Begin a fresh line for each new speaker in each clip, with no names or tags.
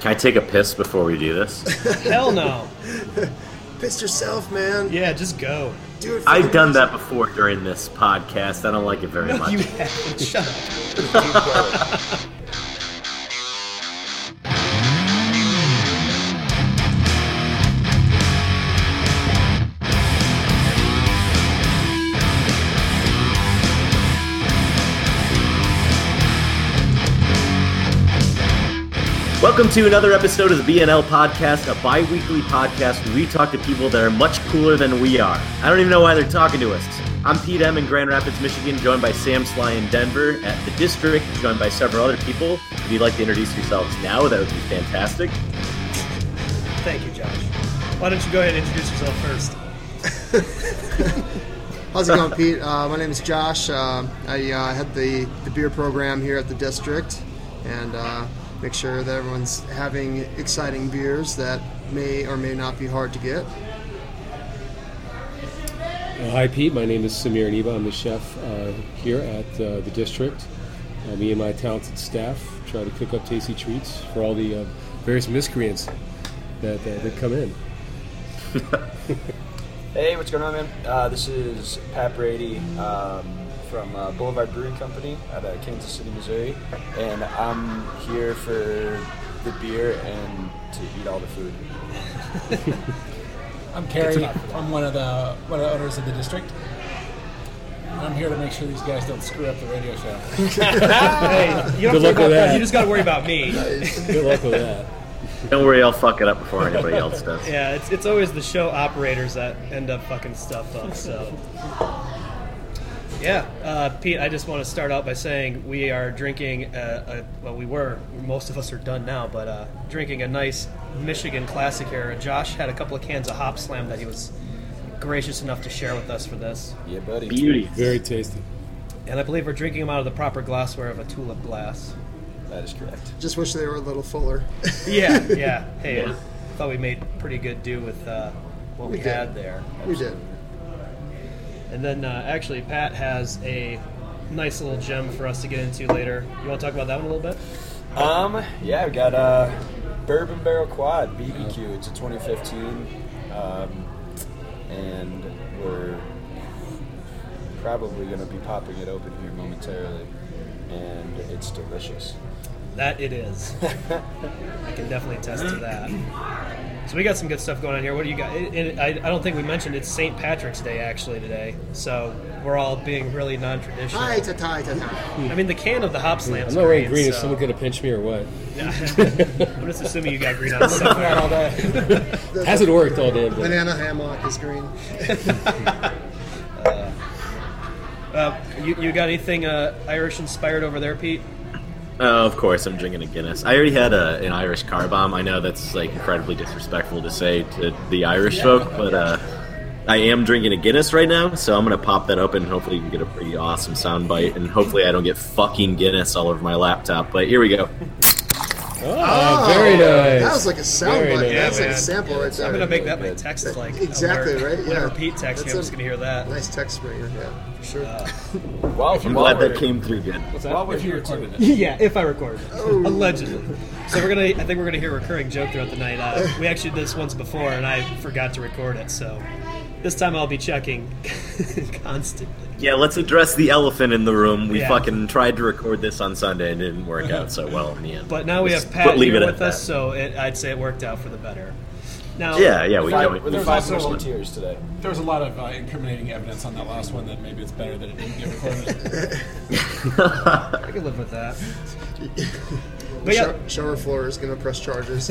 Can I take a piss before we do this?
Hell no.
Piss yourself, man.
Yeah, just go.
Do it. For
I've done that before during this podcast. I don't like it very
You
much.
haven't. Shut up.
that.
Welcome to another episode of the BNL Podcast, a bi weekly podcast where we talk to people that are much cooler than we are. I don't even know why they're talking to us. I'm Pete M in Grand Rapids, Michigan, joined by Sam Sly in Denver at the District, joined by several other people. If you'd like to introduce yourselves now, that would be fantastic.
Thank you, Josh. Why don't you go ahead and introduce yourself first?
How's it going, Pete? Uh, my name is Josh. Uh, I uh, head the, the beer program here at the district and uh, make sure that everyone's having exciting beers that may or may not be hard to get.
Uh, Hi, Pete. My name is Samir Niba. I'm the chef uh, here at uh, the district. Uh, me and my talented staff try to cook up tasty treats for all the uh, various miscreants that, uh, that come in.
Hey, what's going on, man? Uh, this is Pat Brady um, from uh, Boulevard Brewing Company out of Kansas City, Missouri, and I'm here for the beer and to eat all the food.
I'm Terry. I'm one of the one of the owners of the district. And I'm here to make sure these guys don't screw up the radio show.
Hey, you don't
Good
have to worry
luck with
about
that.
You just got to worry about me.
Good luck with that.
Don't worry, I'll fuck it up before anybody else does.
Yeah, it's, it's always the show operators that end up fucking stuff up. So, yeah, uh, Pete, I just want to start out by saying we are drinking. Uh, a, well, we were. Most of us are done now, but uh, drinking a nice Michigan classic here. Josh had a couple of cans of Hop Slam that he was gracious enough to share with us for this,
Yeah, buddy.
Beauty.
Very tasty.
and I believe we're drinking them out of the proper glassware of a tulip glass.
That is correct.
Just wish they were a little fuller.
Yeah, yeah. Hey, I thought we made pretty good do with uh, what we,
We did.
had there.
we did.
And then uh, actually, Pat has a nice little gem for us to get into later. You want to talk about that one a little bit?
Um, yeah, we got uh, Bourbon Barrel Quad BBQ. It's a 2015, um, and we're probably going to be popping it open here momentarily, and it's delicious.
That it is. I can definitely attest to that. So we got some good stuff going on here. What do you got? It, it, I, I don't think we mentioned it's St. Patrick's Day actually today, so we're all being really non-traditional.
Hi, ta ta ta ta.
I mean, the can of the hop slam.
I'm not wearing green. Is
So.
someone going to pinch me or what?
I'm just assuming you got green on somewhere.
All day.
Hasn't worked all damn day.
Banana hammock is green.
Uh, you, you got anything uh, Irish inspired over there, Pete?
Uh, of course, I'm drinking a Guinness. I already had a, an Irish car bomb. I know that's like incredibly disrespectful to say to the Irish folk, but uh, I am drinking a Guinness right now, so I'm gonna pop that open and hopefully you can get a pretty awesome sound bite. And hopefully, I don't get fucking Guinness all over my laptop. But here we go.
Oh, very nice.
That was like a soundbite.
Very
That
nice.
That's like
Yeah,
a sample right there.
I'm gonna make
really
that my
good.
text. is Like
Exactly,
alert.
right? Yeah.
Whenever Pete texts me, I'm
That's a-
just gonna hear that. Uh,
Nice text right here. Yeah, for sure.
Wow,
I'm glad that came through good.
While we're here, too,
recorded it.
yeah, if I record it,
Oh.
allegedly. So we're gonna. I think we're gonna hear a recurring joke throughout the night. Uh, we actually did this once before, and I forgot to record it. So this time I'll be checking constantly.
Yeah, let's address the elephant in the room. We
Yeah.
fucking tried to record this on Sunday and it didn't work out so well in the end.
But now we
Just-
have
but
Pat
leave it
here
at
with us,
that.
so it, I'd say it worked out for the better. Now,
Yeah, yeah, Oh, we
five,
can.
we're the
we-
five
also-
musketeers today.
There was a lot of uh, incriminating evidence on that last one that maybe it's better that it didn't get recorded.
I can live with that. But yeah,
Shower- Shower floor is gonna press charges.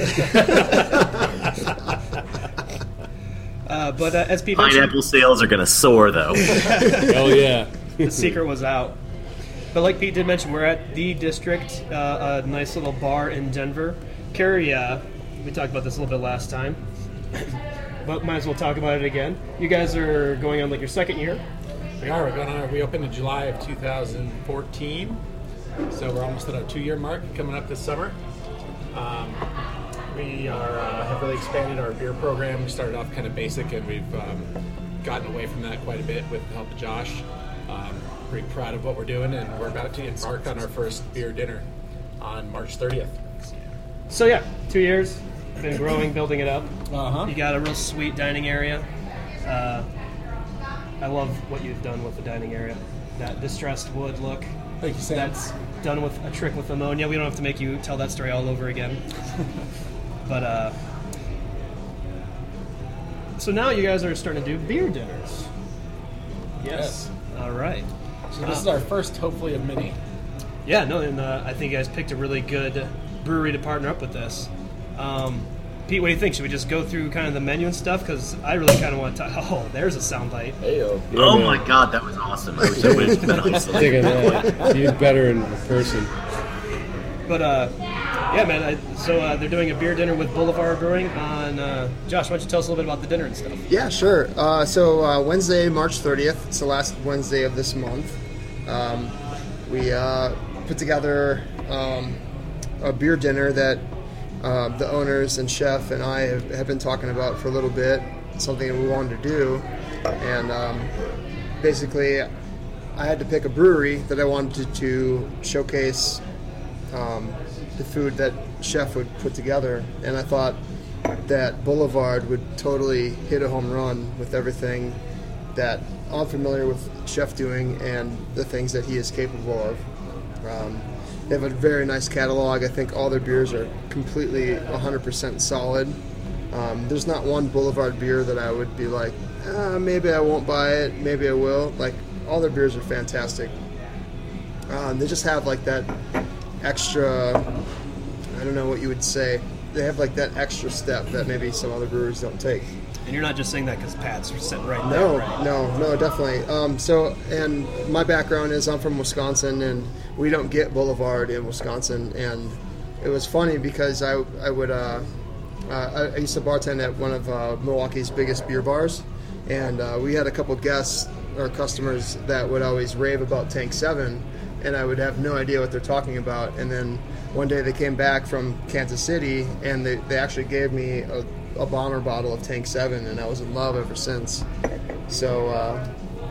uh, but uh, as Pete mentioned,
Pineapple sales are gonna soar though.
Oh, yeah.
the secret was out. But like Pete did mention, we're at the district, uh, a nice little bar in Denver. Carrie, uh, we talked about this a little bit last time, but might as well talk about it again. You guys are going on like your second year.
we are. We're going on. We opened in July of 2014, so we're almost at our two-year mark coming up this summer. Um, we are uh, have really expanded our beer program. We started off kind of basic, and we've um, gotten away from that quite a bit with the help of Josh. Um, pretty proud of what we're doing, and we're about to embark on our first beer dinner on March 30th.
So yeah, two years. Been growing, building it up.
Uh
You got a real sweet dining area. Uh, I love what you've done with the dining area. That distressed wood look.
Thank you, Sam.
That's done with a trick with ammonia. We don't have to make you tell that story all over again. but uh, so now you guys are starting to do beer dinners.
Yes.
All right. Uh,
So this is our first, hopefully, of many.
Yeah, no, and uh, I think you guys picked a really good brewery to partner up with this. Um, Pete, what do you think? Should we just go through kind of the menu and stuff? Because I really kind of want to. Oh, there's a soundbite.
Ayo.
Oh
man.
my god, that was awesome. I wish I would have been on
Take it
something.
out. You're better in person.
But uh, yeah, man. I, so uh, they're doing a beer dinner with Boulevard Brewing on. Uh, Josh, why don't you tell us a little bit about the dinner and stuff?
Yeah, sure. Uh, so uh, Wednesday, March 30th. It's the last Wednesday of this month. Um, we uh, put together um, a beer dinner that uh, the owners and chef and I have, have been talking about for a little bit. Something that we wanted to do, and um, basically, I had to pick a brewery that I wanted to showcase um, the food that chef would put together and i thought that boulevard would totally hit a home run with everything that i'm familiar with chef doing and the things that he is capable of um, they have a very nice catalog i think all their beers are completely 100% solid um, there's not one boulevard beer that i would be like uh, maybe i won't buy it maybe i will like all their beers are fantastic um, they just have like that extra. I don't know what you would say. They have like that extra step that maybe some other brewers don't take.
And you're not just saying that because Pat's sitting right there.
No,
right?
no, no, definitely. Um, so, and my background is I'm from Wisconsin, and we don't get Boulevard in Wisconsin. And it was funny because I, I would, uh, uh, I, I used to bartend at one of uh, Milwaukee's biggest beer bars, and uh, we had a couple guests or customers that would always rave about Tank Seven, and I would have no idea what they're talking about. And then one day they came back from Kansas City, and they, they actually gave me a, a bomber bottle of Tank Seven, and I was in love ever since. So uh,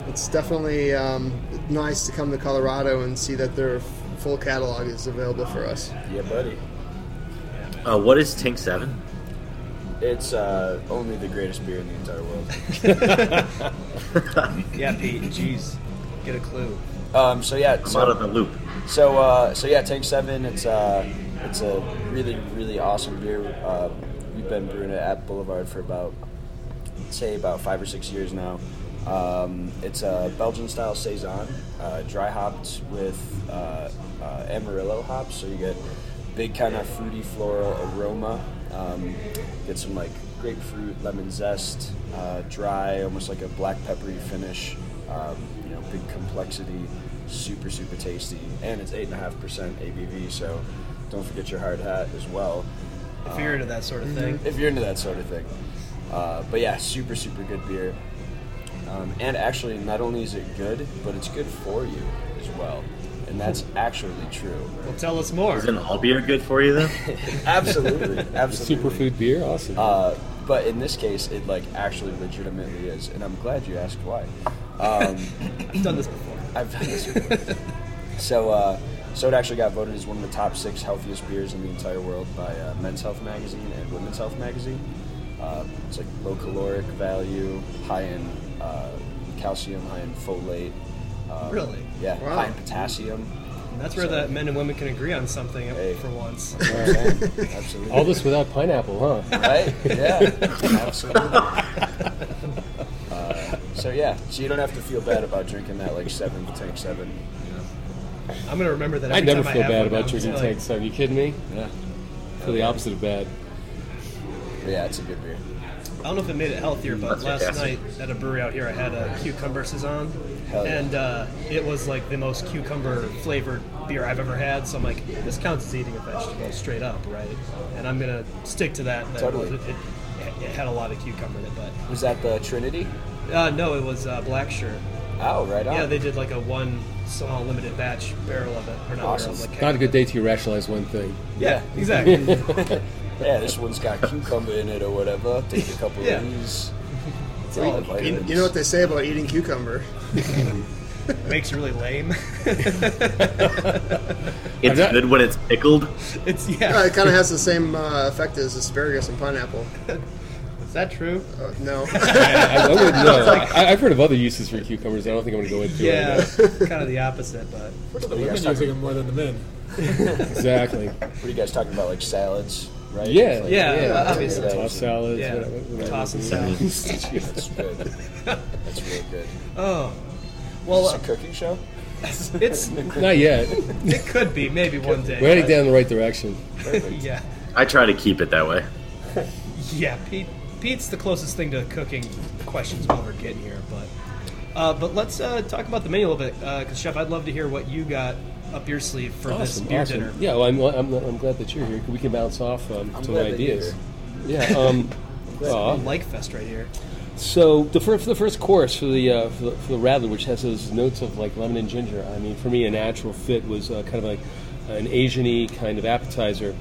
it's definitely um, nice to come to Colorado and see that their f- full catalog is available for us.
Yeah, buddy.
Uh, what is Tank 7?
It's uh, only the greatest beer in the entire world.
Yeah, Pete. Jeez, get a clue.
Um, so yeah,
I'm
so-
out of the loop.
So, uh, so yeah, Tank Seven. It's uh, it's a really, really awesome beer. Uh, we've been brewing it at Boulevard for about, I'd say, about five or six years now. Um, it's a Belgian style saison, uh, dry hopped with uh, uh, Amarillo hops, so you get big kind of fruity floral aroma. Um, get some like grapefruit, lemon zest, uh, dry, almost like a black peppery finish. Um, you know, big complexity, super super tasty, and it's eight and a half percent ABV. So don't forget your hard hat as well
If you're into that sort of thing.
if you're into that sort of thing. Uh, but yeah, super super good beer. Um, and actually, not only is it good, but it's good for you as well, and that's actually true.
Well, tell us more.
Isn't all beer good for you, though?
Absolutely, absolutely.
Superfood beer, awesome.
Uh, but in this case, it like actually legitimately is, and I'm glad you asked why. Um,
I've done this before.
I've done this before. so, uh, so it actually got voted as one of the top six healthiest beers in the entire world by uh, Men's Health Magazine and Women's Health Magazine. Uh, it's like low caloric value, high in uh, calcium, high in folate. Uh,
Really?
Yeah,
Wow.
high in potassium.
That's where the men and women can agree on something
Hey.
for once.
Absolutely.
All this without pineapple, huh?
right? Yeah, absolutely. Uh, so yeah, so you don't have to feel bad about drinking that like seven tank seven.
I'm gonna remember that.
I
Every
never
time
feel
have
bad
one
about
now.
drinking
It's
Tank
like-
7. You kidding me?
Yeah,
I feel the opposite of bad.
yeah, it's a good beer.
I don't know if it made it healthier, but
That's
last
fantastic.
night at a brewery out here, I had a cucumber saison,
Hell yeah.
and uh, it was like the most cucumber flavored beer I've ever had. So I'm like, this counts as eating a vegetable straight up, right? And I'm gonna stick to that. that
Totally.
It, it, it had a lot of cucumber in it, but
Was that the Trinity?
uh, no, it was uh, black shirt.
Oh, right on.
Yeah, they did like a one small limited batch barrel of it, or not
Awesome.
barrel, like
Not a good day to rationalize one thing.
Yeah, exactly.
Yeah, this one's got cucumber in it or whatever. Take a couple
Yeah.
of these. It's all
You-
vitamins.
You know what they say about eating cucumber?
makes it really lame.
It's
I've got-
good when it's pickled.
it's
Uh,
yeah.
it kind of has the same uh, effect as asparagus and pineapple.
Is that true?
Uh, no.
I, I wouldn't know. I, I've heard of other uses for cucumbers. I don't think I'm going to go into
Yeah,
it.
kind of the opposite, but
The women using them more than the men.
Exactly.
What are you guys talking about? Like salads, right?
Yeah,
Like,
yeah, uh,
Yeah.
obviously.
Toss salads.
Yeah,
whatever- whatever.
toss and salads.
That's good. That's really good.
Oh,
Well,
well,
a cooking show?
uh, it's
Not yet.
it could be maybe one day.
We're heading down the right direction.
yeah,
I try to keep it that way.
yeah. Pete, Pete's the closest thing to cooking questions we'll ever get here, but uh, but let's uh, talk about the menu a little bit because Chef, I'd love to hear what you got up your sleeve for this
Awesome,
beer
awesome.
dinner.
Yeah, well, I'm, I'm, I'm glad that you're here. We can bounce off um,
I'm
some
glad that you're
ideas. Yeah. Um, aw.
Like fest right here.
So the first, the first course for the, uh, for the for the rattler, which has those notes of like lemon and ginger. I mean, for me, a natural fit was uh, kind of like an Asian-y kind of appetizer,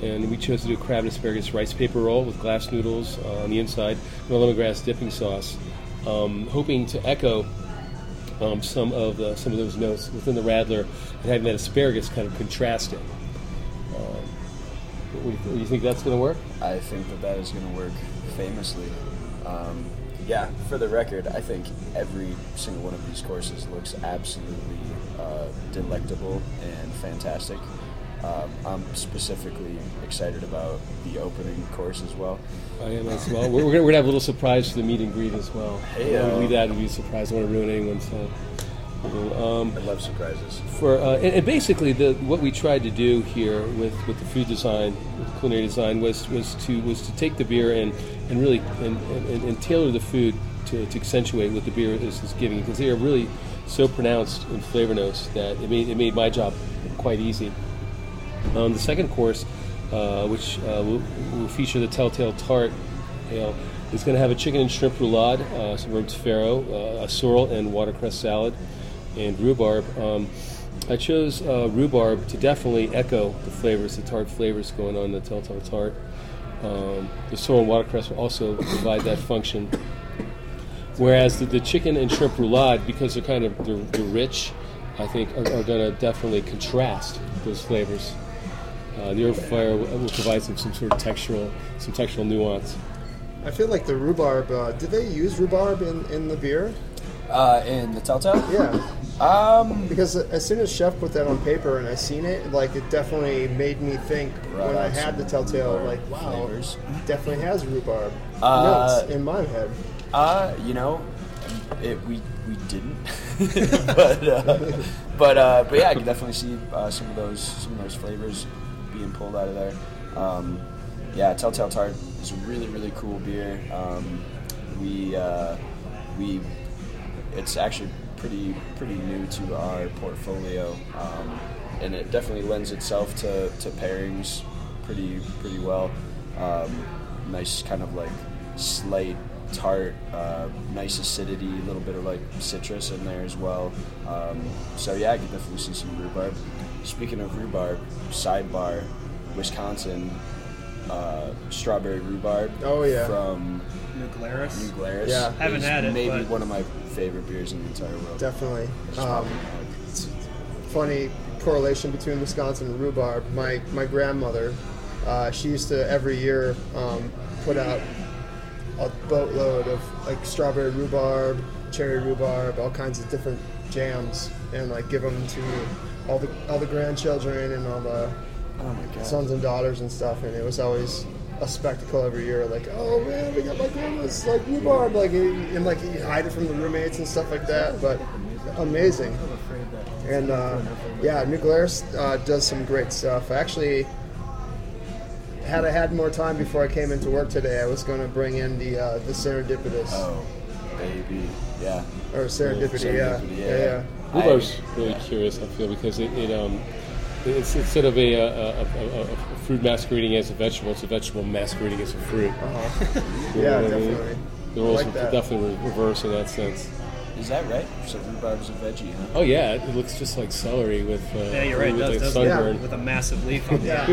and we chose to do a crab and asparagus rice paper roll with glass noodles uh, on the inside and a lemongrass dipping sauce, um, hoping to echo um, some of the, some of those notes within the rattler and having that asparagus kind of contrasting. Um, what do you, th- you think that's going to work?
I think that that is going to work famously. Um, yeah, for the record, I think every single one of these courses looks absolutely uh, delectable and fantastic. Um, I'm specifically excited about the opening course as well.
I am as well. We're, we're, gonna, we're gonna have a little surprise for the meet and greet as well.
Hey,
I'm gonna
uh,
leave that and be surprised. I don't want to ruin anyone's time. Um,
I love surprises.
for uh, and, and basically the what we tried to do here with, with the food design, with culinary design was was to was to take the beer and and really and, and, and tailor the food to, to accentuate what the beer is, is giving because they are really so pronounced in flavor notes that it made it made my job quite easy. Um, the second course, uh, which uh, will, will feature the Telltale Tart Ale, is going to have a chicken and shrimp roulade, uh, some roast farro, uh, a sorrel and watercress salad, and rhubarb. Um, I chose uh, rhubarb to definitely echo the flavors, the tart flavors going on in the Telltale Tart. Um, the sorrel and watercress will also provide that function. Whereas the, the chicken and shrimp roulade, because they're kind of they're, they're rich, I think are, are going to definitely contrast those flavors. Uh, the over fire will, will provide some, some sort of textural some textural nuance.
I feel like the rhubarb. Uh, did they use rhubarb in, in the beer?
Uh, and the Telltale?
Yeah,
Um,
because as soon as Chef put that on paper and I seen it, like it definitely made me think when I
Right,
had the
some
telltale.
rhubarb
Like, wow,
flavors.
definitely has rhubarb
Uh,
notes in my head.
Uh, you know, it, we we didn't, but uh, but uh, but yeah, I can definitely see uh, some of those some of those flavors being pulled out of there. Um, yeah, Telltale Tart is a really really cool beer. Um, we uh, we it's actually pretty pretty new to our portfolio, um, and it definitely lends itself to, to pairings pretty pretty well. Um, nice kind of like slight tart, uh, nice acidity, a little bit of like citrus in there as well. Um, so yeah, I could definitely see some rhubarb. Speaking of rhubarb, sidebar, Wisconsin. Uh, strawberry rhubarb.
Oh, yeah.
From
New
New
Glarus.
Glarus.
Yeah.
Haven't
is
had it,
Maybe
but-
one of my favorite beers in the entire world.
Definitely. Um, it's funny correlation between Wisconsin and rhubarb. My my grandmother, uh, she used to every year um, put out a boatload of like strawberry rhubarb, cherry rhubarb, all kinds of different jams, and like give them to all the all the grandchildren and all the
Oh my god.
sons and daughters and stuff. And it was always a spectacle every year. Like, oh man, we got my grandma's like rhubarb, like and like you hide it from the roommates and stuff like that. But amazing. And uh, yeah, New Glarus uh, does some great stuff. Actually, had I had more time before I came into work today, I was going to bring in the uh, the serendipitous
Oh, baby. Yeah.
or serendipity, yeah,
Serendipity,
yeah, yeah.
I was really curious. I feel because it, it um it's instead of a, uh, a, a, a, a fruit masquerading as a vegetable, it's a vegetable masquerading as a fruit.
Uh-huh.
You
yeah,
know what I mean?
definitely.
The roles
like
are
that.
definitely re- reverse in that sense.
Is that right? So rhubarb's a veggie, huh?
Oh yeah, it looks just like celery with uh,
Yeah, you're right. It
with
does,
like
does
sunburn.
with a massive leaf on the
Yeah,
yeah.
yeah.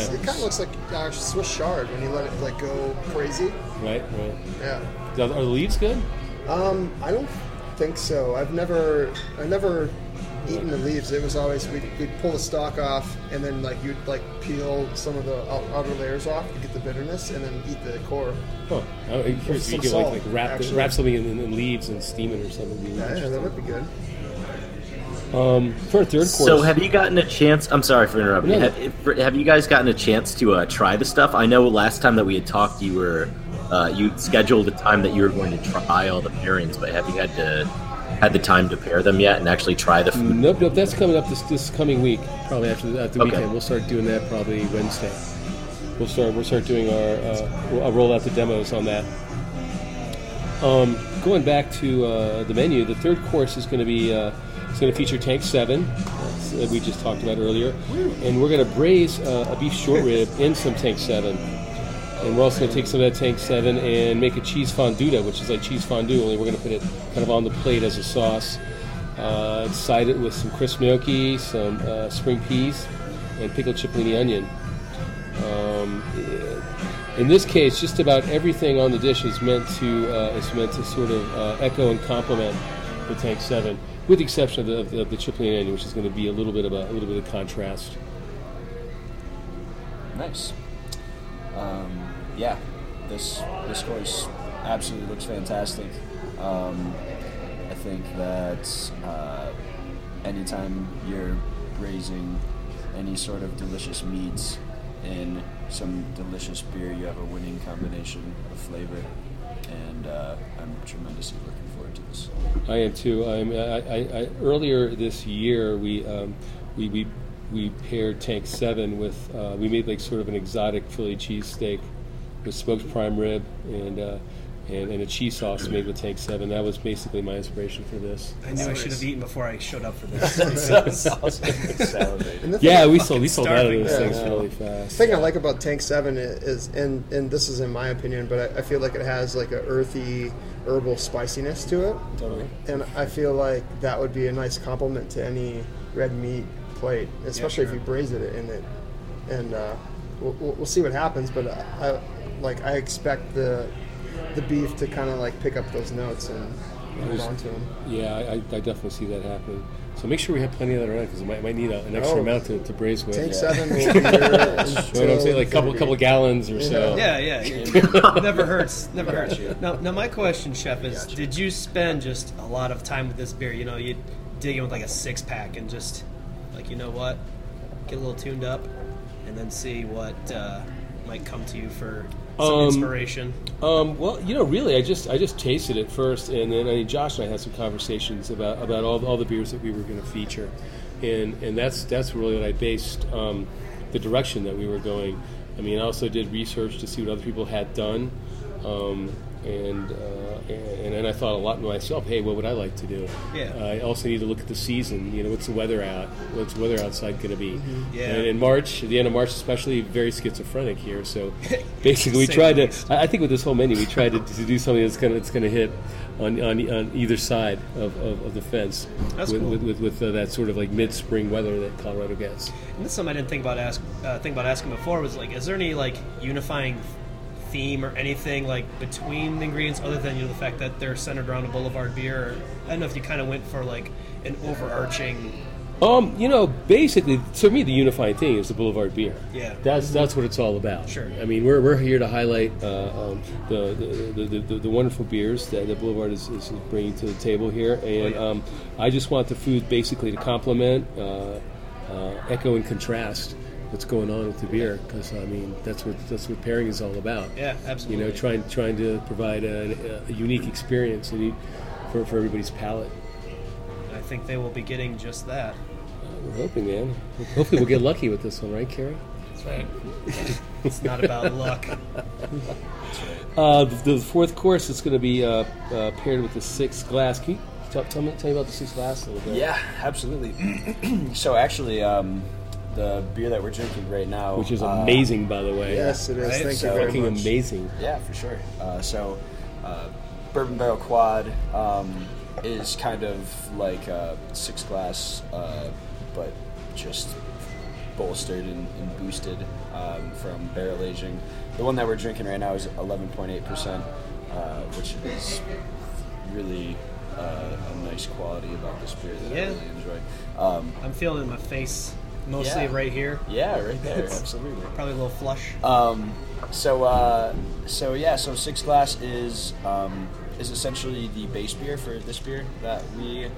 It, looks-
Yeah.
it kind of looks like uh, Swiss chard when you let it like go crazy.
Right, right.
Yeah.
Are the leaves good?
Um, I don't. think so. I've never, I never eaten the leaves. It was always we we'd pull the stalk off, and then like you'd like peel some of the out- outer layers off to get the bitterness, and then eat the core.
Huh. I'm curious if you
some
could
salt,
like, like wrap, the,
actually.
wrap something in, in, in leaves and steam it or something. Would be
Yeah, yeah, that
interesting.
would be good.
Um, for a third course,
So, have you gotten a chance? I'm sorry for interrupting.
No.
Have, for- have you guys gotten a chance to uh, try the stuff? I know last time that we had talked, you were uh, you scheduled a time that you were going to try all the pairings, but have you had to had the time to pair them yet and actually try the food?
Um, Nope, nope. That's coming up this this coming week. Probably after the, after the
Okay.
weekend, we'll start doing that. Probably Wednesday. We'll start we'll start doing our uh, we'll- I'll roll out the demos on that. Um, going back to uh, the menu, the third course is going to be uh, it's going to feature Tank Seven uh, that we just talked about earlier, and we're going to braise uh, a beef short rib in some Tank Seven. And we're also going to take some of that Tank 7 and make a cheese fonduta, which is like cheese fondue, only we're going to put it kind of on the plate as a sauce. Uh, side it with some crisp gnocchi, some uh, spring peas, and pickled cipollini onion. Um, in this case, just about everything on the dish is meant to uh, is meant to sort of uh, echo and complement the Tank 7, with the exception of the, of the, the cipollini onion, which is going to be a little bit of a, a little bit of contrast.
Nice. Um, yeah, this this course absolutely looks fantastic. Um, I think that uh, anytime you're braising any sort of delicious meats in some delicious beer, you have a winning combination of flavor, and uh, I'm tremendously looking forward to this.
I am too. I'm, I, I, I, earlier this year, we, um, we, we, we paired Tank 7 with, uh, we made like sort of an exotic Philly cheesesteak with smoked prime rib and, uh, and, and a cheese sauce made with Tank 7. That was basically my inspiration for this.
I knew I should have eaten before I showed up for this.
Salivating.
And the thing,
Yeah, we sold, we sold out of
starving.
those things
Yeah.
really fast.
thing I like about Tank Seven i- is, and and this is in my opinion, but I, I feel like it has like a earthy, herbal spiciness to it,
Totally.
and I feel like that would be a nice compliment to any red meat plate, especially if you braise it in it. And uh, we'll, we'll we'll see what happens, but I, I like I expect the the beef to kind of like pick up those notes and hold
There's-
on to them.
Yeah, I, I I definitely see that happening. So make sure we have plenty of that around because it might, might need a, an extra
Oh.
amount to, to braise with.
Tank
Yeah.
Seven will be there
You know what I'm saying?
until
Like a couple,
infinity.
couple gallons or so.
Yeah, yeah. never hurts. Never hurts. Now, now my question, Chef, is: Did you spend just a lot of time with this beer? You know, you dig in with like a six pack and just like you know what, get a little tuned up, and then see what uh, might come to you for some
Um,
inspiration.
Um, well, you know, really, I just I just tasted it first, and then I mean, Josh and I had some conversations about about all, all the beers that we were going to feature, and and that's that's really what I based um, the direction that we were going. I mean, I also did research to see what other people had done, um, and, uh, and and I thought a lot to myself. Hey, what would I like to do?
Yeah.
I also need to look at the season. You know, what's the weather out? What's the weather outside going to be?
Mm-hmm. Yeah.
And in March, at the end of March, especially, very schizophrenic here. So basically, we
Same
tried to.
place.
I I think with this whole menu, we tried to, to do something that's gonna that's gonna hit on on, on either side of, of, of the fence
That's
with,
cool.
with, with, with uh, that sort of like mid-spring weather that Colorado gets.
And that's something I didn't think about ask uh, think about asking before was like, is there any like unifying theme or anything like between the ingredients other than you know the fact that they're centered around a Boulevard beer? Or, I don't know if you kind of went for like an overarching.
Um, you know, basically, to me, the unifying thing is the Boulevard beer.
Yeah.
that's that's what it's all about.
Sure.
I mean, we're, we're here to highlight uh, um, the, the, the, the the wonderful beers that, that Boulevard is, is bringing to the table here,
Oh,
and um, I just want the food basically to complement, uh, uh, echo and contrast what's going on with the beer, because I mean, that's what that's what pairing is all about.
Yeah,
You
absolutely.
know, trying trying to provide a, a unique experience and for for everybody's palate.
I think they will be getting just that.
We're hoping, man. Hopefully, we'll get lucky with this one, right, Carrie?
That's right.
It's not about luck.
Uh, the, the fourth course is going to be uh, uh, paired with the sixth glass. Can you tell, tell, me, tell me about the sixth glass a little bit?
Yeah, absolutely. so actually, um, the beer that we're drinking right now,
Which is
uh,
amazing, by the way.
Yes, it is.
Right?
Thank
So-
you very
Fucking
much.
amazing.
Yeah, for sure. Uh, so, uh, Bourbon Barrel Quad um, is kind of like a six glass, uh, but just bolstered and, and boosted um, from barrel aging. The one that we're drinking right now is 11.8%, uh, which is really uh, a nice quality about this beer that
Yeah.
I really enjoy. Um,
I'm feeling it in my face, mostly
Yeah.
right here.
yeah, right there,
It's-
absolutely.
Probably a little flush.
Um, so uh, so yeah, so six glass is um, is essentially the base beer for this beer that we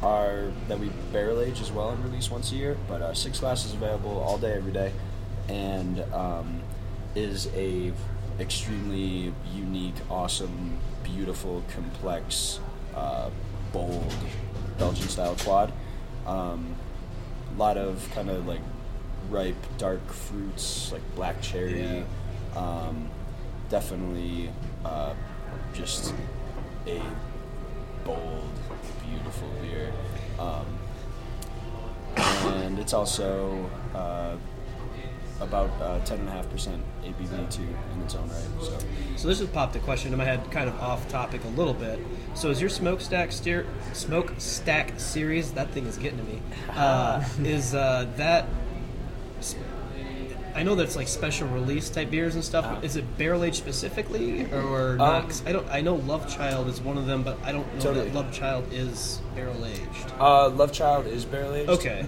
are that we barrel age as well and release once a year. But uh, six glass is available all day every day, and um, is a extremely unique, awesome, beautiful, complex, uh, bold Belgian style quad. Um, a lot of kind of like ripe dark fruits like black cherry um, definitely uh, just a bold beautiful beer um, and it's also uh, about uh, 10.5% abv too in its own right so
So this has popped a question in my head, kind of off topic a little bit. So is your smokestack steer, smoke stack series? That thing is getting to me. Uh, is uh, that? s- I know that's like special release type beers and stuff. But is it barrel aged specifically or not?
Uh-huh. Um,
'Cause I don't. I know Love Child is one of them, but I don't know
Totally.
that Love Child is barrel aged.
uh, love child is barrel aged
Okay.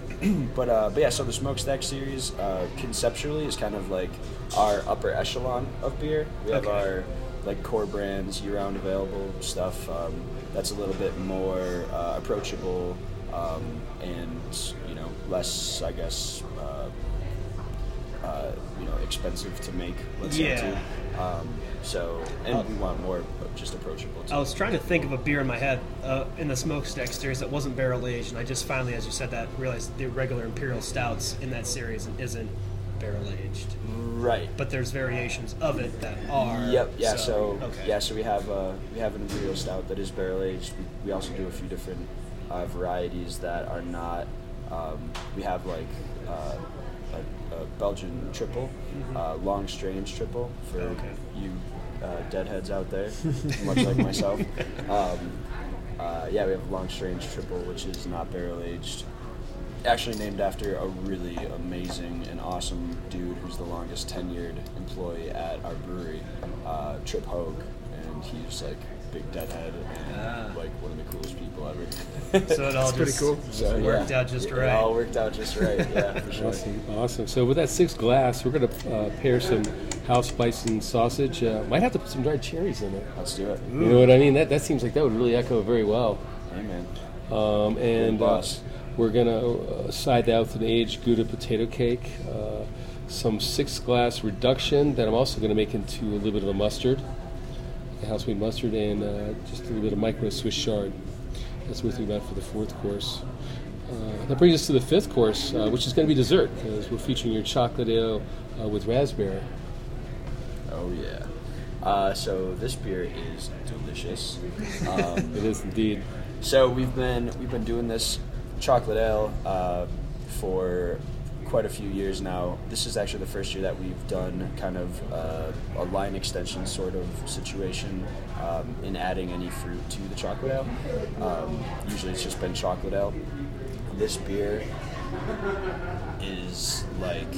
but uh, but yeah, so the smokestack series uh, conceptually is kind of like our upper echelon of beer. We have
Okay.
our like core brands, year-round available stuff um, that's a little bit more uh, approachable um, and you know less, I guess, uh, uh, you know, expensive to make. Let's say too. Um, so and we want more just approachable. Too.
I was trying to think of a beer in my head uh, in the smokestack series that wasn't barrel aged, and I just finally, as you said that, realized the regular imperial stouts in that series isn't barrel aged,
right.
but there's variations of it that are.
Mm-hmm. Yep. Yeah. So,
okay.
yeah. So we have uh, we have an imperial stout that is barrel aged. We, we also do a few different uh, varieties that are not. Um, we have like uh, a, a Belgian triple, uh, long strange triple for
Mm-hmm. Okay.
you uh, deadheads out there, much like myself. Um, uh, yeah, we have a long strange triple, which is not barrel aged actually named after a really amazing and awesome dude who's the longest tenured employee at our brewery, uh, Trip Hogue, and he's like big deadhead and
Ah.
like one of the coolest people ever.
So it all
pretty
just
cool.
So,
worked out just
it,
right.
It all worked out just right. Yeah, for sure.
Awesome, awesome. So with that six glass, we're going to uh, pair some house spice and sausage. Uh, might have to put some dried cherries in it.
Let's do it.
You
Mm.
know what I mean? That that seems like that would really echo very well.
Hey, man.
Um, and
Good
uh,
boss.
we're going to uh, side that with an aged Gouda potato cake, uh, some six glass reduction that I'm also going to make into a little bit of a mustard, a house made mustard, and uh, just a little bit of micro Swiss chard. That's what we've got for the fourth course. Uh, that brings us to the fifth course, uh, which is going to be dessert, because we're featuring your chocolate ale uh, with raspberry.
Oh yeah. Uh, so this beer is delicious. Um,
It is indeed.
So we've been we've been doing this chocolate ale uh, for quite a few years now. This is actually the first year that we've done kind of uh, a line extension sort of situation um, in adding any fruit to the chocolate ale. Um, usually it's just been chocolate ale. This beer is like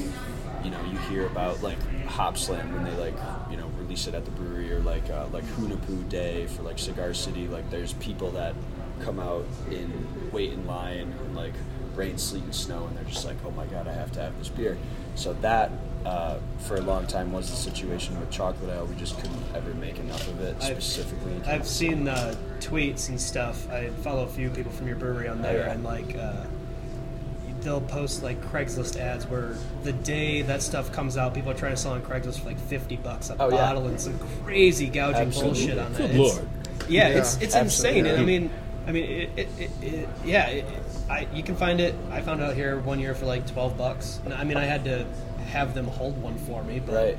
you know you hear about like Hop Slam when they like you know release it at the brewery or like uh, like Hunapu Day for like Cigar City like there's people that come out in wait in line and like rain sleet and snow and they're just like oh my god I have to have this beer so that uh, for a long time was the situation with chocolate ale we just couldn't ever make enough of it
I've-
specifically
I've seen uh, tweets and stuff. I follow a few people from your brewery on there,
yeah.
and like uh, they'll post like Craigslist ads where the day that stuff comes out, people are trying to sell on Craigslist for like fifty bucks a
Oh, yeah.
bottle and some crazy gouging
Absolutely.
bullshit on that.
Good
It's-
lord.
Yeah,
Yeah,
it's it's
absolutely.
insane. And I mean, I mean, it, it, it, it yeah, it, I you can find it. I found out here one year for like twelve bucks. And I mean, I had to have them hold one for me, but
right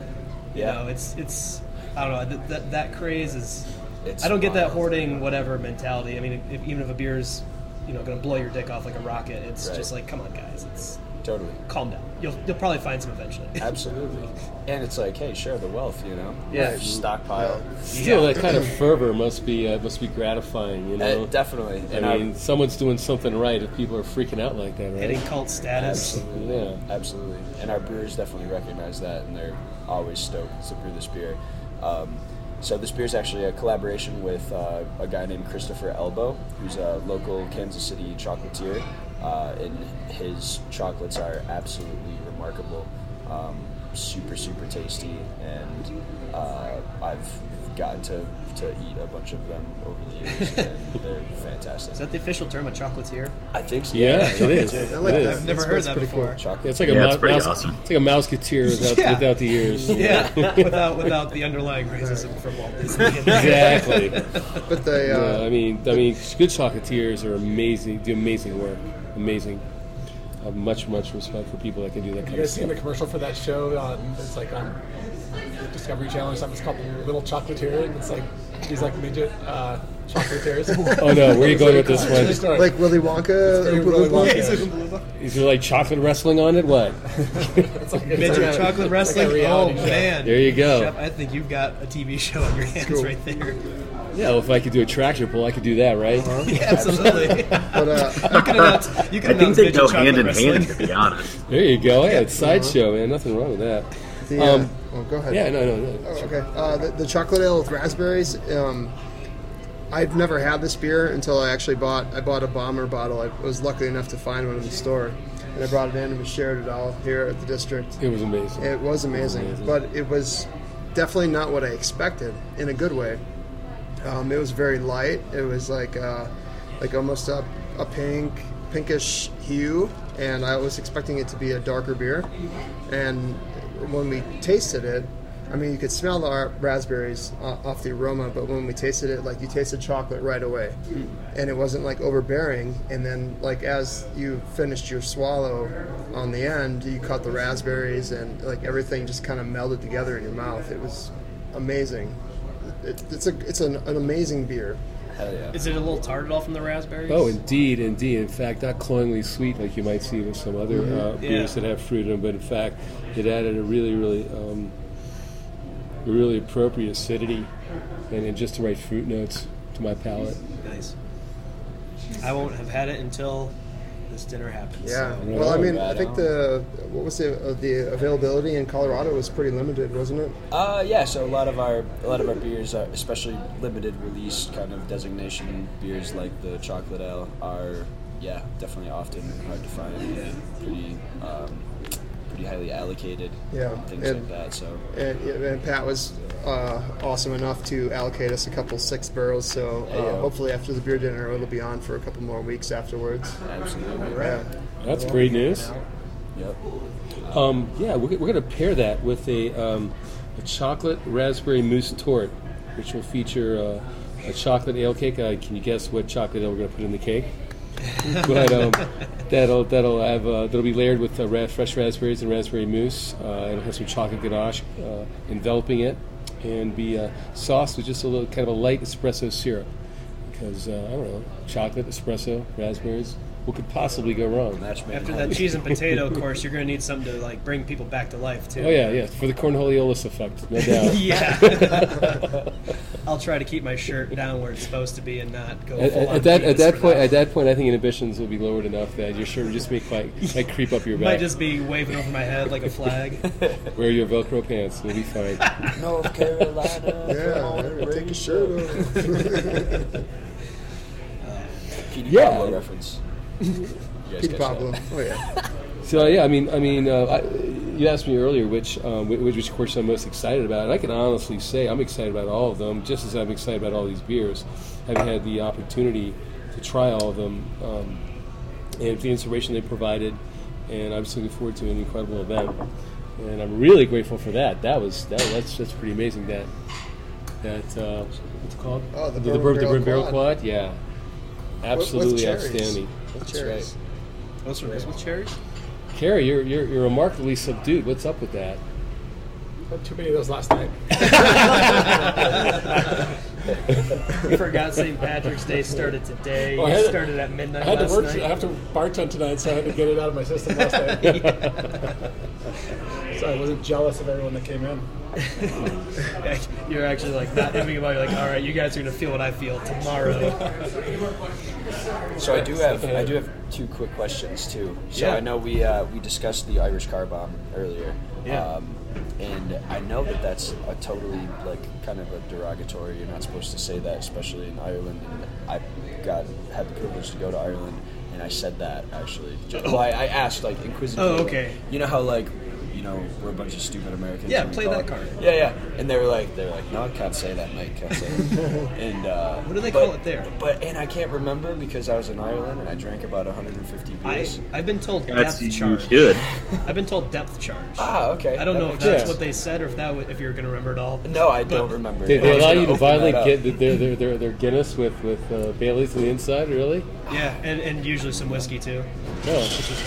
you
yeah
know, it's it's I don't know that that, that craze is.
It's
I don't get that
wild.
hoarding whatever mentality. I mean, if, even if a beer's you know going to blow your dick off like a rocket, it's
Right.
just like come on guys, it's
totally
calm down. You'll you'll probably find some eventually.
absolutely and it's like hey share the wealth you know
Yeah.
Just stockpile.
Still, that kind of fervor must be uh, must be gratifying, you
Uh,
know.
definitely.
I
And I
mean, someone's doing something right if people are freaking out like that,
Hitting
right?
cult status.
absolutely,
Yeah.
absolutely. And our brewers definitely recognize that, and they're always stoked to brew this beer. Um, So this beer is actually a collaboration with uh, a guy named Christopher Elbow, who's a local Kansas City chocolatier, uh, and his chocolates are absolutely remarkable. Um, super, super tasty, and uh, I've gotten to, to eat a bunch of them over the years, and they're fantastic.
Is that the official term of chocolatier?
I think so.
Yeah, it is.
I
It
like that.
is.
I've never
That's-
heard
that's
that
pretty cool.
before.
Chocolate.
It's like a
Yeah,
mouse,
it's pretty
mouse-
awesome.
It's like a mouseketeer without,
Yeah.
without the ears.
Yeah, without without the underlying racism from Walt Disney.
exactly.
But they, uh,
Yeah, I mean, I mean, good chocolatiers are amazing. Do amazing work. Amazing. I have much, much respect for people that can do that
You
kind of
guys seen the
stuff.
commercial for that show? On, it's like on Discovery Channel or something. It's called The Little Chocolatier. And it's like these like midget uh, chocolatiers.
Oh no, where are you going with this
True
one?
story.
like Willy Wonka,
very
Oompa
Willy
Loompa.
Wonka.
Is there like chocolate wrestling on it? What?
it's like, it's
Midget
like a-
chocolate
like a
wrestling. oh
reality show.
man,
There you go.
Shep, I think you've got a TV show on your hands right there.
Yeah, well, if I could do a tractor pull, I could do that, right?
Yeah, absolutely.
But uh,
you can announce. You can
I think
announce
they
midget
go
chocolate
hand in
wrestling.
hand, to be honest.
There you go. Yeah, it's sideshow, man. Nothing wrong with that.
the, uh,
Um,
oh, go ahead.
Yeah, no, no, no.
Oh, okay. Uh, the, the chocolate ale with raspberries. Um, I've never had this beer until I actually bought. I bought a bomber bottle. I was lucky enough to find one in the store, and I brought it in and we shared it all here at the district.
It was amazing.
It was amazing,
Amazing.
but it was definitely not what I expected in a good way. Um, it was very light. It was like uh, like almost a, a pink pinkish hue, and I was expecting it to be a darker beer. And when we tasted it, I mean, you could smell the ar- raspberries uh, off the aroma, but when we tasted it, like you tasted chocolate right away, and it wasn't like overbearing. And then like as you finished your swallow on the end, you caught the raspberries, and like everything just kind of melded together in your mouth. It was amazing. It, it's a it's an, an amazing beer.
Hell yeah.
Is it a little tart at all from the raspberries?
Oh, indeed, indeed. In fact, not cloyingly sweet like you might see with some other uh, beers
Yeah.
that have fruit in them, but in fact, it added a really, really, um, a really appropriate acidity and, and just the right fruit notes to my palate.
nice. I won't have had it until this dinner happens.
Yeah.
so-
Well, I mean, I
Right
think
on.
the what was the uh, the availability in Colorado was pretty limited, wasn't it?
Uh, yeah, so a lot of our a lot of our beers, are, especially limited release kind of designation beers like the chocolate ale, are yeah definitely often hard to find, and pretty um, pretty highly allocated,
Yeah,
things
and-
like that. So
And, and Pat was uh, awesome enough to allocate us a couple six barrels. So uh,
Yeah.
hopefully after the beer dinner, it'll be on for a couple more weeks afterwards.
absolutely,
Yeah.
That's great news.
yep.
Um, yeah, we're, we're going to pair that with a, um, a chocolate raspberry mousse tort, which will feature uh, a chocolate ale cake. Uh, can you guess what chocolate ale we're going to put in the cake? but um, that'll that'll have uh, that'll be layered with uh, ra- fresh raspberries and raspberry mousse. Uh, it'll have some chocolate ganache uh, enveloping it, and be uh, sauced with just a little kind of a light espresso syrup. Because uh, I don't know, chocolate, espresso, raspberries. What could possibly go wrong?
Match made in
After
heaven.
that cheese and potato course, you're gonna need something to like bring people back to life too.
Oh yeah, yeah, for the cornholiolis effect, no doubt.
yeah. I'll try to keep my shirt down where it's supposed to be and not go.
At,
full
at-
on
at that at
penis
that
for
point,
that.
at that point, I think inhibitions will be lowered enough that your shirt will just make like, like creep up your
might
back.
just be waving over my head like a flag.
Wear your Velcro pants, you'll be fine.
North Carolina.
Yeah, maybe take a shirt off.
Petey
Yeah.
Pablo reference. You guys
Pete
catch that?
Pablo. Oh yeah.
so yeah, I mean, I mean, uh, I, you asked me earlier which, um, which which course I'm most excited about, and I can honestly say I'm excited about all of them, just as I'm excited about all these beers. I've had the opportunity to try all of them, um, and the inspiration they provided, and I'm just looking forward to an incredible event, and I'm really grateful for that. That was that, that's that's pretty amazing. That that uh, what's it called?
Oh, the
the,
Bourbon
the
Barrel
Bourbon Barrel
Quad.
Quad. Yeah,
With- with
absolutely
cherries.
outstanding.
With cherries.
Those were those with cherries.
Carrie, you're, you're you're remarkably subdued. What's up with that?
Had Too many of those last night.
You forgot St. Patrick's Day started today.
Well, I
it
had to-
started at midnight
I had
last
to work.
night.
I have to bartend tonight, so I had to get it out of my system last night. so I wasn't jealous of everyone that came in.
You're actually like not thinking about. it. You're like, all right, you guys are gonna feel what I feel tomorrow.
So I do have I do have two quick questions too. So
Yeah.
I know we uh, we discussed the Irish car bomb earlier.
Yeah.
Um, and I know that that's a totally like kind of a derogatory. You're not supposed to say that, especially in Ireland. And I got had the privilege to go to Ireland, and I said that actually. Ju- Well, I, I asked like inquisitively.
Oh,
like,
okay.
You know how like you know we're a bunch of stupid Americans.
Yeah,
and we
play
call
that
it-
card.
Yeah, yeah. And they were like, they were like, no, I can't say that, mate. Can't say that. and uh,
What do they
but-
call it there?
But and I can't remember because I was in Ireland and I drank about 150
I,
beers.
I've been told
That's
depth
you
charge.
should.
I've been told depth charge.
ah, okay.
I don't
that
know if
makes
that's
sense.
what they said or if that would, if you're going to remember it all.
No, I don't
But-
remember.
They,
I
they
was
allow
gonna
you to
open that
violate
up.
get their their their, their Guinness with with uh, Bailey's on the inside. Really?
Yeah, and, and usually some whiskey too.
No.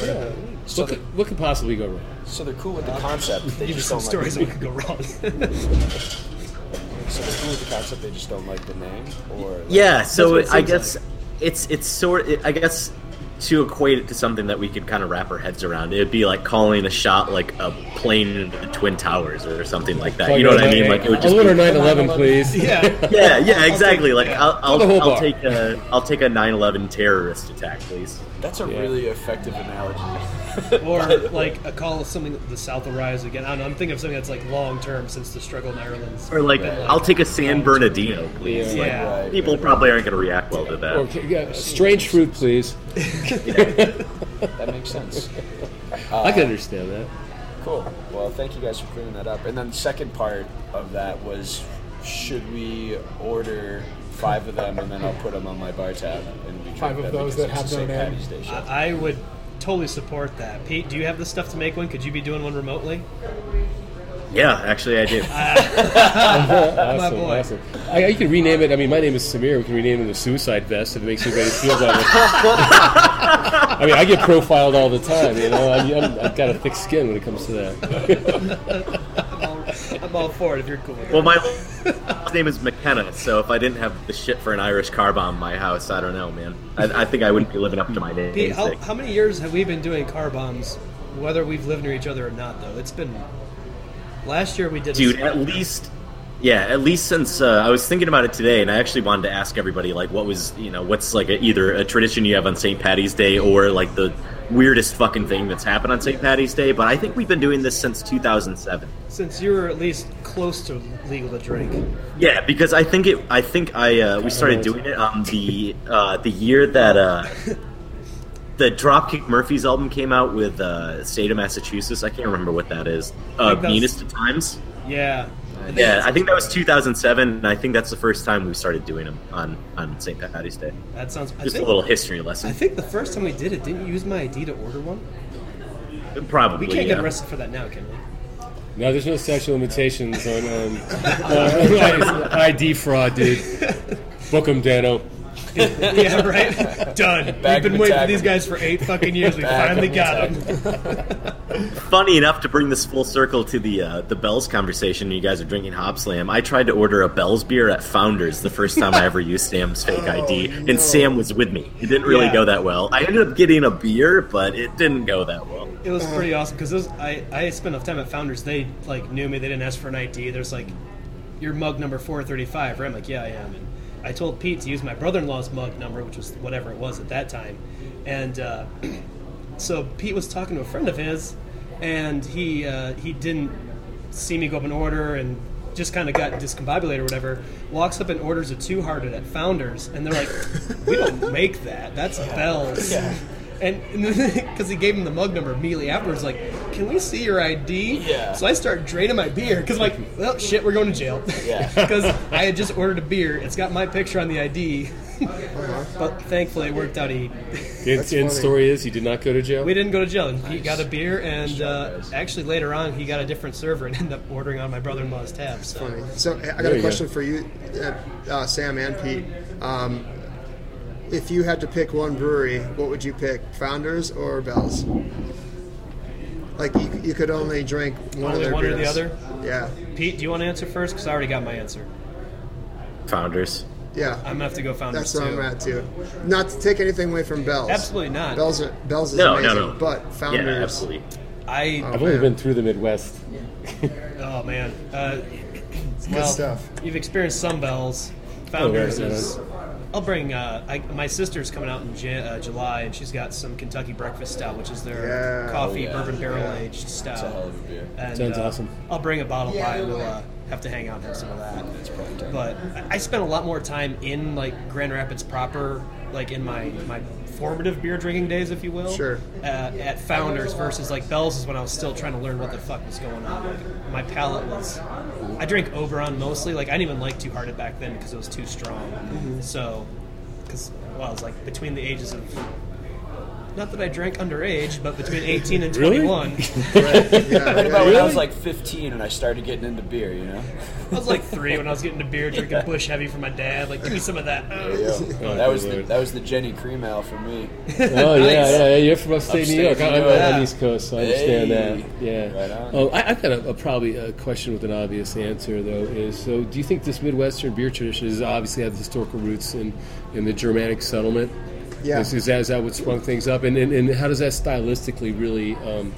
Yeah.
So
What,
the-
could, what could possibly go wrong?
So they're cool with the concept. They
Give you
just
some
don't
stories
like
that could go wrong.
the, so they're cool with the concept. They just don't like the name. Or like,
Yeah, so
That's what it
I
seems
guess it's it's sort. It, I guess to equate it to something that we could kind of wrap our heads around, it'd be like calling a shot like a plane into the twin towers or something like that. Uh, You know what I mean? Like it would
a
just
little
be,
9/11, please.
yeah.
yeah, yeah, exactly. Like I'll
the whole
I'll, I'll
bar.
take a I'll take a 9/11 terrorist attack, please.
That's a really effective analogy.
Or like a call of something the South will rise again. I don't know. I'm thinking of something that's like long term since the struggle in Ireland.
Or like I'll take a San Bernardino, please.
Yeah.
yeah.
Right,
People
right,
probably aren't going to react well to that.
Or yeah, strange fruit, please.
right. that makes sense.
Uh,
I can understand that.
Cool. Well, thank you guys for cleaning that up. And then the second part of that was, should we order five of them and then I'll put them on my bar tab and we drink
Five of
them
those
because
that
it's the St.
have no name.
Patty's Day show.
I, I would totally support that. Pete, do you have the stuff to make one? Could you be doing one remotely?
Yeah, actually, I do.
Awesome,
boy.
awesome. I, you can rename it. I mean, my name is Samir. We can rename it the Suicide Vest if it makes anybody feel better. I mean, I get profiled all the time. You know, I'm, I'm, I've got a thick skin when it comes to that.
I'm all, I'm all for it if you're cool with it.
Well, my last name is McKenna, so if I didn't have the shit for an Irish car bomb in my house, I don't know, man. I, I think I wouldn't be living up to my name.
Pete, how, how many years have we been doing car bombs, whether we've lived near each other or not, though? It's been. Last year we did. a-
Dude, at least, yeah, at least since uh, I was thinking about it today, and I actually wanted to ask everybody, like, what was, you know, what's like a, either a tradition you have on St. Patty's Day or like the weirdest fucking thing that's happened on St. Patty's Day, but I think we've been doing this since 2007.
since you were at least close to legal to drink.
Yeah, because I think it. I think I uh, we started doing it on the uh, the year that uh, the Dropkick Murphys album came out with uh, State of Massachusetts. I can't remember what that is. Uh,
think that's-
Meanest of Times.
Yeah.
Yeah, I think that was 2007, and I think that's the first time we started doing them on on St. Patty's Day.
That sounds. I
Just
think,
a little history lesson,
I think the first time we did it, didn't you use my ID to order one?
probably.
We can't
yeah.
get arrested for that now, can we?
No, there's no statute of limitations on um, uh, ID fraud, dude. Book 'em, Dano.
yeah, right. Done.
Bag
We've been
them and
waiting for
tag
these
them.
guys for eight fucking years. We
Bag
finally
them and
got
tag
them.
Funny enough, to bring this full circle to the uh, the Bell's conversation, you guys are drinking Hop Slam. I tried to order a Bell's beer at Founders the first time I ever used Sam's fake
Oh,
ID, and Sam was with me. It didn't really
Yeah.
go that well. I ended up getting a beer, but it didn't go that well.
It was pretty awesome because I I spent enough time at Founders. They like knew me. They didn't ask for an ID. There's like, your mug number four thirty five. Right? I'm like, yeah, I am. And I told Pete to use my brother in law's mug number, which was whatever it was at that time. And uh, so Pete was talking to a friend of his, and he uh, he didn't see me go up an order and just kind of got discombobulated or whatever. Walks up and orders a two hearted at Founders, and they're like, "We don't make that. That's Bell's." And because he gave him the mug number immediately afterwards, like, "Can we see your ID?"
Yeah.
So I start draining my beer because like, well, shit, we're going to jail.
Yeah.
Because I had just ordered a beer. It's got my picture on the ID.
Uh-huh.
But thankfully, it worked out. He
The
That's
end-
funny.
end story is you did not go to jail.
we didn't go to jail. And He got a beer, and uh,
guys.
actually later on, he got a different server and ended up ordering on my brother-in-law's tab. So
Funny. So I- I
There
got
you
a
go.
question for you, uh, uh, Sam and Pete. Um, if you had to pick one brewery, what would you pick, Founders or Bell's? Like you, you could only drink one
Only
of their
one or the
beers.
other?
Yeah,
Pete, do you want to answer first? Because I already got my answer.
Founders.
yeah.
I'm gonna have to go founders
That's
too.
where I'm at too. Not to take anything away from Bell's.
Absolutely not.
Bell's are, Bell's is
No,
amazing,
no, no.
but Founders.
Yeah, absolutely.
I
I've only been through the Midwest.
oh man, uh,
good stuff.
You've experienced some bells. Founders
Oh, right,
is. I'll bring. Uh, I, my sister's coming out in Jan, uh, July, and she's got some Kentucky Breakfast Stout, which is their
Yeah.
coffee
Oh, yeah.
bourbon barrel aged stout.
a hell of a beer.
And,
Sounds
uh,
awesome.
I'll bring a bottle by, and we'll uh, have to hang out and have some of that. But I- I spent a lot more time in like Grand Rapids proper, like in my my formative beer drinking days, if you will.
Sure.
Uh, at Founders versus like Bell's is when I was still trying to learn what the fuck was going on. Like, my palate was. I drank Oberon mostly. Like I didn't even like Two Hearted back then because it was too strong. So, because well, I was like between the ages of. Not that I drank underage, but between 18 and
Really?
21.
Yeah,
Right
yeah.
about when I
Really?
was like 15 and I started getting into beer, you know?
I was like three when I was getting a beer, drinking Bush Heavy from my dad. Like, give me some of that.
Oh,
that was
good
the,
lord.
that was the Jenny Cream Ale for me.
Oh yeah, yeah, yeah, you're from upstate New York.
Upstate
I'm
New York.
on the East Coast, so I understand
Hey.
that. Yeah.
Right on.
Oh, I, I've got a, a probably a question with an obvious answer though. Is so? Do you think this Midwestern beer tradition is obviously had historical roots in in the Germanic settlement?
Yeah.
Is, is, that, is that what sprung things up? And, and, and how does that stylistically really, um,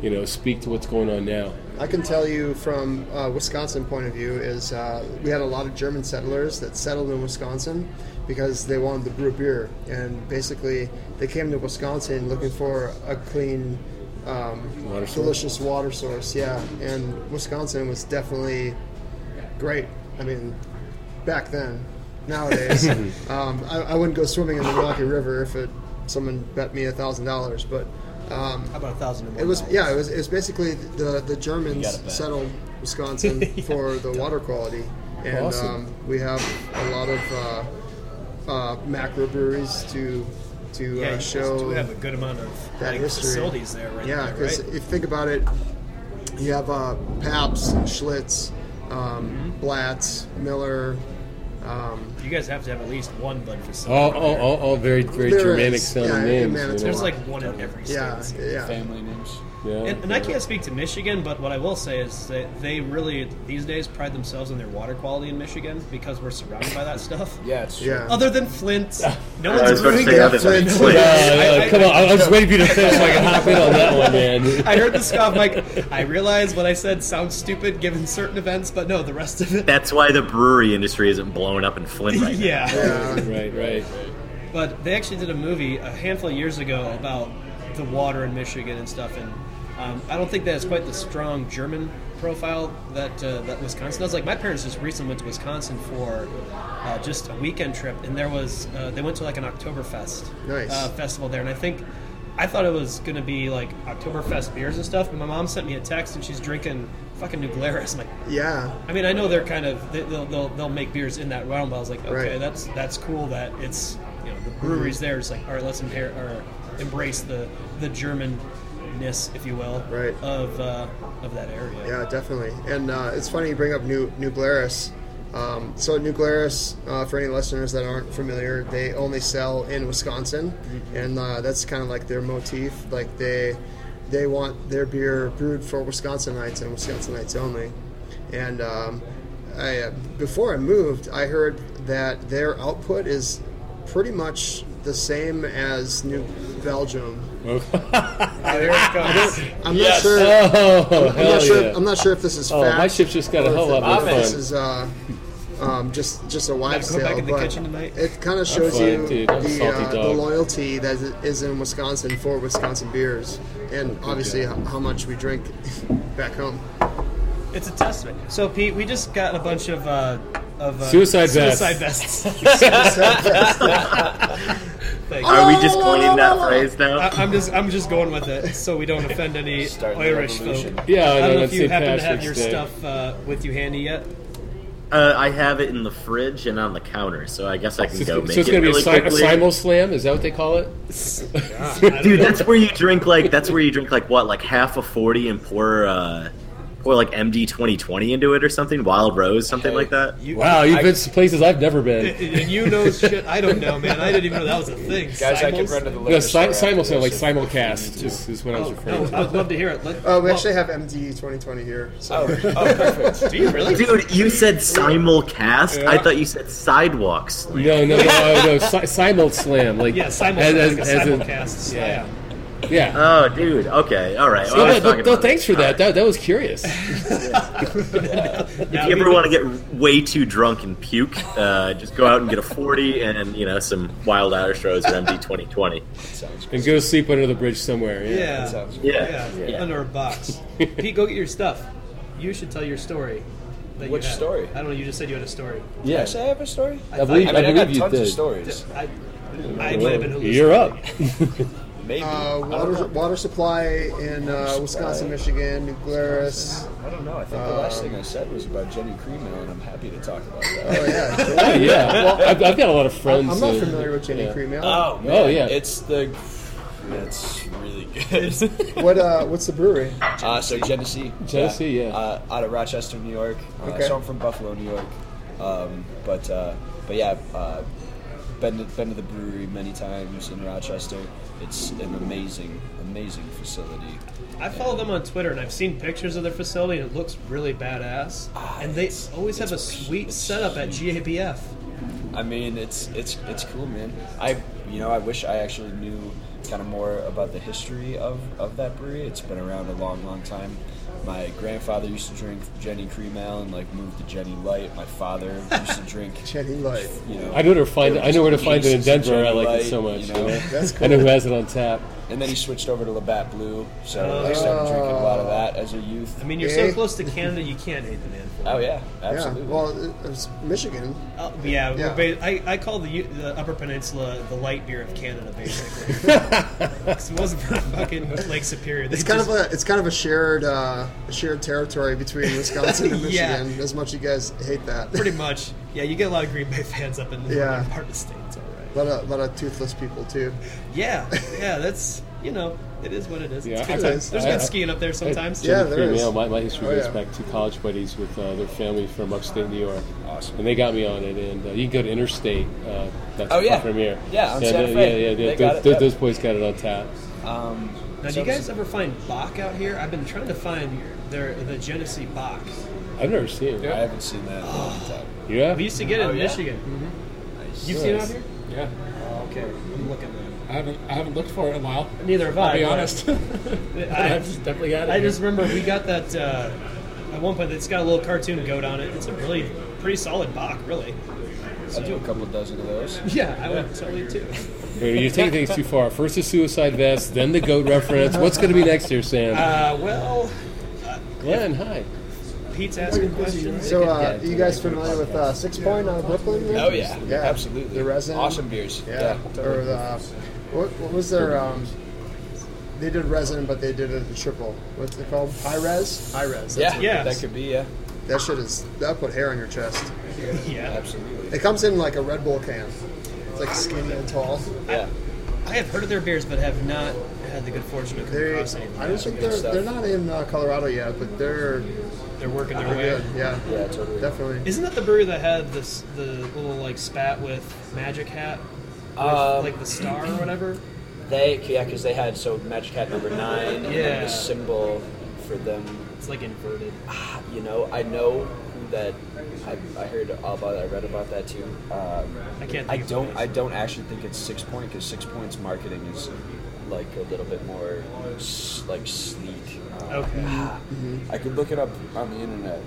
you know, speak to what's going on now?
I can tell you from uh, Wisconsin point of view is uh, we had a lot of German settlers that settled in Wisconsin because they wanted to brew beer, and basically they came to Wisconsin looking for a clean, um,
Water source?
delicious water source. Yeah, and Wisconsin was definitely great. I mean, back then. Nowadays, um, I, I wouldn't go swimming in the Rocky River if it, someone bet me a thousand dollars, but. Um,
How about a thousand and one?
it was
dollars?
yeah. It was, it was basically the the Germans
bet.
settled Wisconsin for the water quality, and
Awesome.
um, we have a lot of uh, uh, macro breweries to to
Yeah,
uh,
you
show
show we have a good amount of
that
like,
history.
facilities there, right?
yeah,
there,
because
right?
if you think about it, you have uh, Paps, Schlitz, um, Blatz, Miller. Um,
you guys have to have at least one Bud facility.
Oh.
All, all, all, all very, very
There
Germanic
is,
sounding
yeah, in
names.
Manitoba.
There's like one in every state.
yeah, yeah.
Family names.
you know? Yeah.
And, and I can't speak to Michigan, but what I will say is that they really these days pride themselves on their water quality in Michigan because we're surrounded by that stuff.
Yeah, it's true.
Yeah.
Other than Flint, no
I was about to
one's brewing
say
that.
other than
Flint.
Flint.
Yeah, yeah,
I- I-
come on, I, I was just waiting for you to finish so I can hop in on that one, man.
I heard the scoff. Like I realize what I said sounds stupid given certain events, but no, the rest of it.
That's why the brewery industry isn't blowing up in Flint right now.
yeah.
Yeah.
Right, right.
But they actually did a movie a handful of years ago about the water in Michigan and stuff, and um, I don't think that is quite the strong German profile that uh, that Wisconsin does. Like my parents just recently went to Wisconsin for uh, just a weekend trip, and there was uh, they went to like an Oktoberfest
Nice.
uh, festival there, and I think. I thought it was gonna be like Oktoberfest beers and stuff, but my mom sent me a text and she's drinking fucking New Glarus. I'm like,
yeah.
I mean, I know they're kind of they- they'll they'll, they'll make beers in that realm, but I was like, okay,
Right. Mm-hmm.
that's that's cool that it's you know the breweries there. It's like all right, let's impair or embrace the the Germanness, if you will,
Right.
of uh, of that area.
Yeah, definitely. And uh, it's funny you bring up New New Glarus. Um, so New Glarus, uh, for any listeners that aren't familiar, they only sell in Wisconsin, and uh, that's kind of like their motif. Like they they want their beer brewed for Wisconsinites and Wisconsinites only. And um, I, uh, before I moved, I heard that their output is pretty much the same as New Belgium.
there it comes.
I'm not sure.
Oh,
I'm not,
hell
sure,
yeah.
I'm not sure if this is
Oh,
fact.
my ship just got a
or
hell
if
of a lot more
This
fun.
is uh, um, just just a wives'
go back
tale.
in the
but
kitchen tonight?
It kind of shows
fine,
you
dude. I'm a
the,
salty
uh, the
dog.
loyalty that is in Wisconsin for Wisconsin beers, and obviously how, how much we drink back home. Uh,
It's a testament. So Pete, we just got a bunch of uh, of uh,
Suicide vests.
suicide vests. Thank you.
Are we just coining that phrase now?
Uh,
I, I'm just I'm just going with it, so we don't offend any
Starting the
Irish folk.
revolution.
Yeah,
I
no,
don't know
that's
if you
St.
happen to have
Patrick's
your
Day.
stuff uh, with you handy yet.
Uh, I have it in the fridge and on the counter, so I guess I can
So it's,
go make
so it's
it
going to be
really
a, si- a
quickly.
simul slam? Is that what they call it?
Dude, that's where you drink like that's where you drink like what like half a forty and pour uh pour like MD twenty twenty into it or something, Wild Rose, something
Hey,
like that.
You,
Wow, you've
I-
been to places I've never been.
And you know shit I don't know, man. I didn't even know that was a thing.
Guys, I could
Simul's?
run to the liquor
No,
store
si-
after
simul slam,
this
like
if-
simulcast is, is what I was referring
Oh,
to.
I would love to hear it. Let,
Uh,
Oh, we
well,
actually have MD 2020 here. So.
Oh, oh, perfect.
Do you really?
Dude, you said simulcast. I
Yeah.
thought you said sidewalks.
No, no, no, no, no si- simul slam. Like,
Yeah, simul
as-
as,
as-
like a
as in-
simulcast. yeah.
Yeah.
Oh, dude. Okay. All right. Well, Oh, I
No,
was
but- but-
talking
no,
about
thanks
this.
for that. that. That was curious.
If you ever want to get way too drunk and puke, uh, just go out and get a 40 and, you know, some Wild Irish Rose or MD 2020.
Sounds good.
and go sleep under the bridge somewhere. Yeah.
Yeah.
Sounds good.
Yeah.
Yeah,
yeah.
under a box. Pete, go get your stuff. You should tell your story. that you
Which
had.
story?
I don't know. You just said you had a story.
Yeah.
Should I have a story?
I believe,
I
I
mean, I,
believe
got
you
tons
did.
of stories.
I, I might have been hallucinating.
You're up.
Maybe.
Uh,
I don't
water,
know.
water supply in uh, Wisconsin, Michigan, New Glarus.
I don't know. I think the last thing I said was about Jenny Cremo, and I'm happy to talk about that.
Oh yeah,
Oh, yeah. I've, I've got a lot of friends.
I'm not
that-
familiar with Jenny
yeah.
Cremel.
Oh, man.
Oh, yeah.
It's the. That's really good.
What uh, what's the brewery?
uh, so, Genesee.
Genesee, yeah.
Uh, out of Rochester, New York. Uh,
Okay.
So, I'm from Buffalo, New York. Um, but, uh, but yeah, uh, been, to, been to the brewery many times in Rochester. It's an amazing, amazing facility.
I follow them on Twitter and I've seen pictures of their facility and it looks really badass.
Ah,
and they always have a sweet setup at GABF.
I mean, it's it's it's cool, man. I you know I wish I actually knew kind of more about the history of of that brewery. It's been around a long, long time. My grandfather used to drink Jenny Cream Ale and like moved to Jenny Light. My father used to drink.
Jenny Light.
You know,
I know where to find it. I know where to find it in
Jesus, it's
Denver. I
Jenny
like
Light,
it so much.
you know?
you know?
That's
I know who has it on tap.
and then he switched over to Labatt Blue, so I started drinking a lot of that as a youth.
I mean, you're
Eh?
so close to Canada, you can't hate the man.
oh yeah, absolutely.
Yeah. Well, it- it's Michigan.
Uh, yeah,
Yeah.
we're ba- I, I call the, U- the Upper Peninsula the light beer of Canada, basically. 'Cause it wasn't for fucking Lake Superior. They
It's kind
just-
of a it's kind of a shared uh, a shared territory between Wisconsin and
Yeah.
Michigan. As much you guys hate that,
pretty much. Yeah, you get a lot of Green Bay fans up in the
Yeah.
northern part of the state. It's all right.
lot of lot of uh, toothless people too.
Yeah, yeah, that's you know, it is what it is.
Yeah,
It's
I-
good.
I-
There's
I-
good
I-
skiing up there sometimes.
Yeah,
Jenny
there
Cremel,
is.
My, my history
Oh,
goes
yeah.
back to college buddies with uh, their family from upstate New York.
Awesome.
And they got me on it. And uh, you can go to Interstate. Uh, that's
Oh, yeah.
from here.
Yeah, on
yeah,
Santa
they-
Fe.
yeah, yeah,
They
those,
got it
those,
up.
those boys got it on tap.
um,
Now, do
so
you guys ever find Bach out here? I've been trying to find their the Genesee Bach.
I've never seen it.
I haven't seen that in a long time.
You have?
We used to get it
Oh,
in
yeah?
Michigan.
Nice.
You've seen it out here?
Yeah,
Mm-hmm. Okay, I'm looking.
I haven't I haven't looked for it in a while.
Neither have I.
I'll be
but
honest.
I,
I've just definitely got it.
I
here.
just remember we got that uh, at one point. It's got a little cartoon goat on it. It's a really pretty solid Bach, really.
I'll do a couple dozen of those.
Yeah, I would totally too.
Wait, You're taking things too far. First the suicide vest, then the goat reference. What's going to be next here, Sam?
Uh, well,
Glenn, hi.
Pete's asking questions.
So uh, you guys familiar with uh, Six Point out of Brooklyn? here?
Oh yeah,
yeah,
absolutely.
The resin,
awesome beers.
Yeah, or the what, what was their um? They did resin, but they did it in triple. What's it called? High res. High res. that's
Yeah,
it.
Yes.
that could be. Yeah,
That shit is that put hair on your chest.
yeah,
absolutely.
It comes in like a Red Bull can. It's like skinny and tall.
Yeah,
I have heard of their beers, but have not had the good fortune of coming
They,
across any.
I don't think they're
stuff.
they're not in uh, Colorado yet, but they're
They're working their
they're
way.
good. Yeah,
yeah, totally.
definitely.
Isn't that the brewery that had this the little like spat with Magic Hat, with,
Um,
like the star or whatever?
They, yeah, because they had so Magic Hat number nine, and then
Yeah.
the symbol for them.
It's like inverted.
Ah, You know, I know who that. I, I heard about. I read about that too. Um,
I can't. Think
I
of
don't.
the
I
name.
don't actually think it's Six Point because Six Point's marketing is like a little bit more s- like sleek. Um,
Okay.
ah, I could look it up on the internet.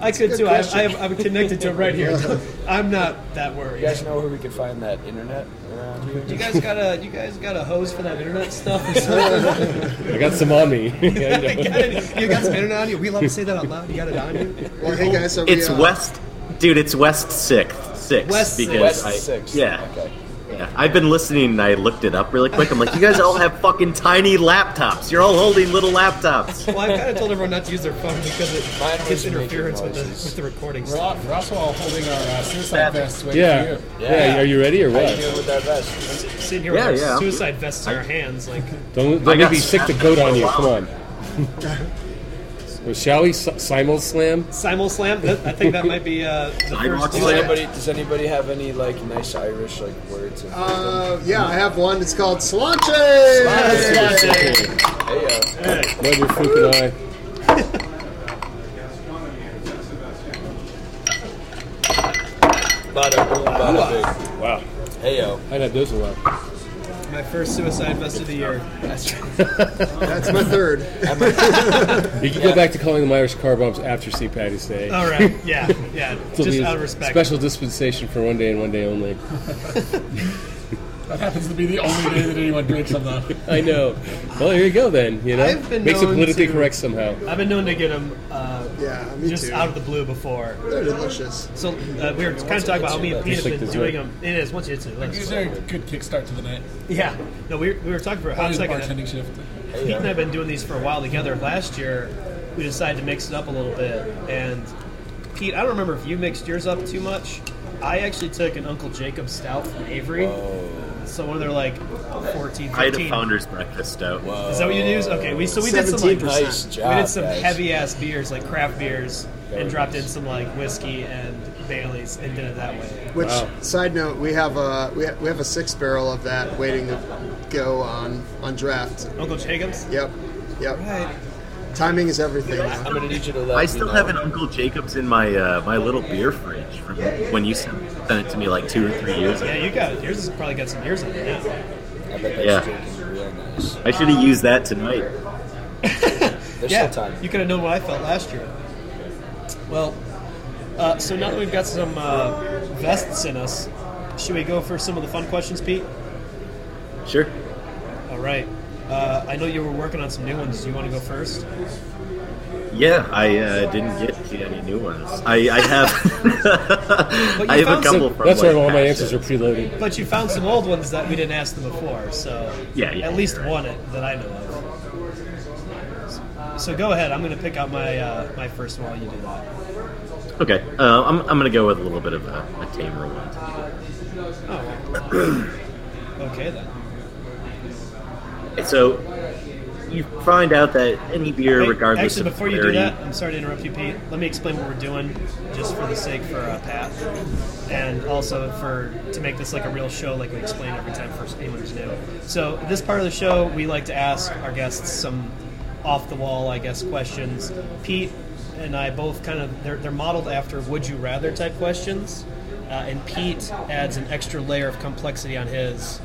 I could
good
too. I, I
question.
have, I'm connected to it right here. I'm not that worried.
You guys know where we could find that internet around here?
You guys got a you guys got a hose for that internet stuff or something?
I got some on me.
you, got it- you got some internet on you? We love to say that out loud. You got it on you?
Well, hey guys, so we,
It's
uh,
West, dude. It's West Sixth, Sixth.
West
because
West
I,
Sixth.
Yeah.
Okay.
Yeah, I've been listening and I looked it up really quick. I'm like, you guys all have fucking tiny laptops. You're all holding little laptops.
Well, I've kind of told everyone not to use their phone because
Mine
it
was
gets
making
interference with the,
noises.
with the recording
We're,
stuff.
all, we're also all holding our uh, suicide
Savage.
vests. waiting for
yeah.
you.
yeah. Are you ready or
How you
what?
doing with that vest?
Sitting here
Yeah,
with
yeah.
our suicide vests in our hands, like
Don't
I
let me
got
be sick to
stabbed
goat
for a
on you.
while.
Come on. Well, shall we si- simul slam?
simul slam. That, I think that might be uh, the
Sidewalk
first.
Does
slam.
anybody does anybody have any like nice Irish like words? in-
Uh, yeah, I have one. It's called Slanche.
hey, uh,
Love your freaking eye.
bada boom, bada bing.
Wow.
Hey yo,
I'd have those a lot.
My first suicide vest of the year.
That's my third.
You can go back to calling them Irish car bombs after St. Patty's Day.
Oh,
All right. Yeah. Yeah.
It'll
Just
be a
out of respect.
Special dispensation for one day and one day only.
That happens to be the only day that anyone drinks on the.
I know. Well, here you go then. You know,
I've been
makes it
known
politically
to-
correct somehow.
I've been known to get them uh,
Yeah, me
just
too.
out of the blue before.
They're delicious.
So uh, we were kind of talking about how me and Pete have
Just like
been
the
doing
drink.
them. It is once you hit
These
it.
are a good kickstart to the night.
Yeah. No, we, we were talking for a hot
Probably the
second.
bartending shift.
Pete and I have been doing these for a while together. Last year, we decided to mix it up a little bit. And Pete, I don't remember if you mixed yours up too much. I actually took an Uncle Jacob stout from Avery. So when they're like 14, 15.
I had a founder's breakfast uh, out.
Is that what you use? Okay, we so we did some like
17%.
Nice job.
we did some
guys.
heavy ass beers like craft beers and dropped in some like whiskey and Bailey's and did it that way.
Which
Wow.
side note, we have a we have, we have a six barrel of that waiting to go on on draft.
Uncle Jacobs.
Yep, yep.
Right.
Timing is everything. now.
I'm gonna need you to let
I
me
still
know.
have an Uncle Jacob's in my uh, my little beer fridge from when you sent sent it to me like two or three years ago.
Yeah, you got yours. Has probably got some years on it now.
I bet that's
Yeah.
drinking real nice.
I should have used that tonight.
There's
yeah,
still time.
you could have known what I felt last year. Well, uh, so now that we've got some uh, vests in us, should we go for some of the fun questions, Pete?
Sure.
All right. Uh, I know you were working on some new ones. Do you want to go first?
Yeah, I uh, didn't get to any new ones. I, I have I have a
found
couple.
some-
from,
That's why
like,
all my
past
answers are
shows.
preloaded.
But you found some old ones that we didn't ask them before, so
Yeah, yeah,
at least
you're right.
one it- that I know of. So go ahead. I'm going to pick out my uh, my first one while you do that.
Okay, uh, I'm, I'm gonna go with a little bit of a, a tamer one. Oh,
Okay then.
So you find out that any beer,
Hey,
regardless
actually,
of
before you do
clarity,
that, I'm sorry to interrupt you, Pete. Let me explain what we're doing, just for the sake for uh, Pat, and also for to make this like a real show, like we explain every time for anyone's new. So this part of the show, we like to ask our guests some off the wall, I guess, questions. Pete and I both kind of they're, they're modeled after would you rather type questions, uh, and Pete adds an extra layer of complexity on his.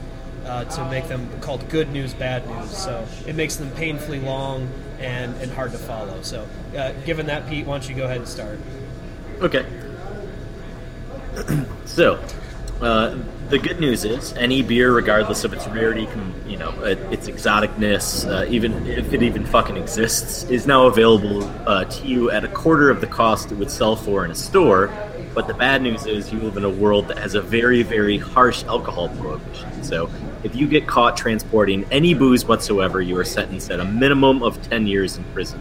Uh, to make them called good news, bad news. So it makes them painfully long and, and hard to follow. So, uh, given that, Pete, why don't you go ahead and start?
Okay. so, uh, the good news is any beer, regardless of its rarity, can, you know, it, its exoticness, uh, even if it even fucking exists, is now available uh, to you at a quarter of the cost it would sell for in a store. But the bad news is you live in a world that has a very, very harsh alcohol prohibition. So, if you get caught transporting any booze whatsoever, you are sentenced at a minimum of 10 years in prison.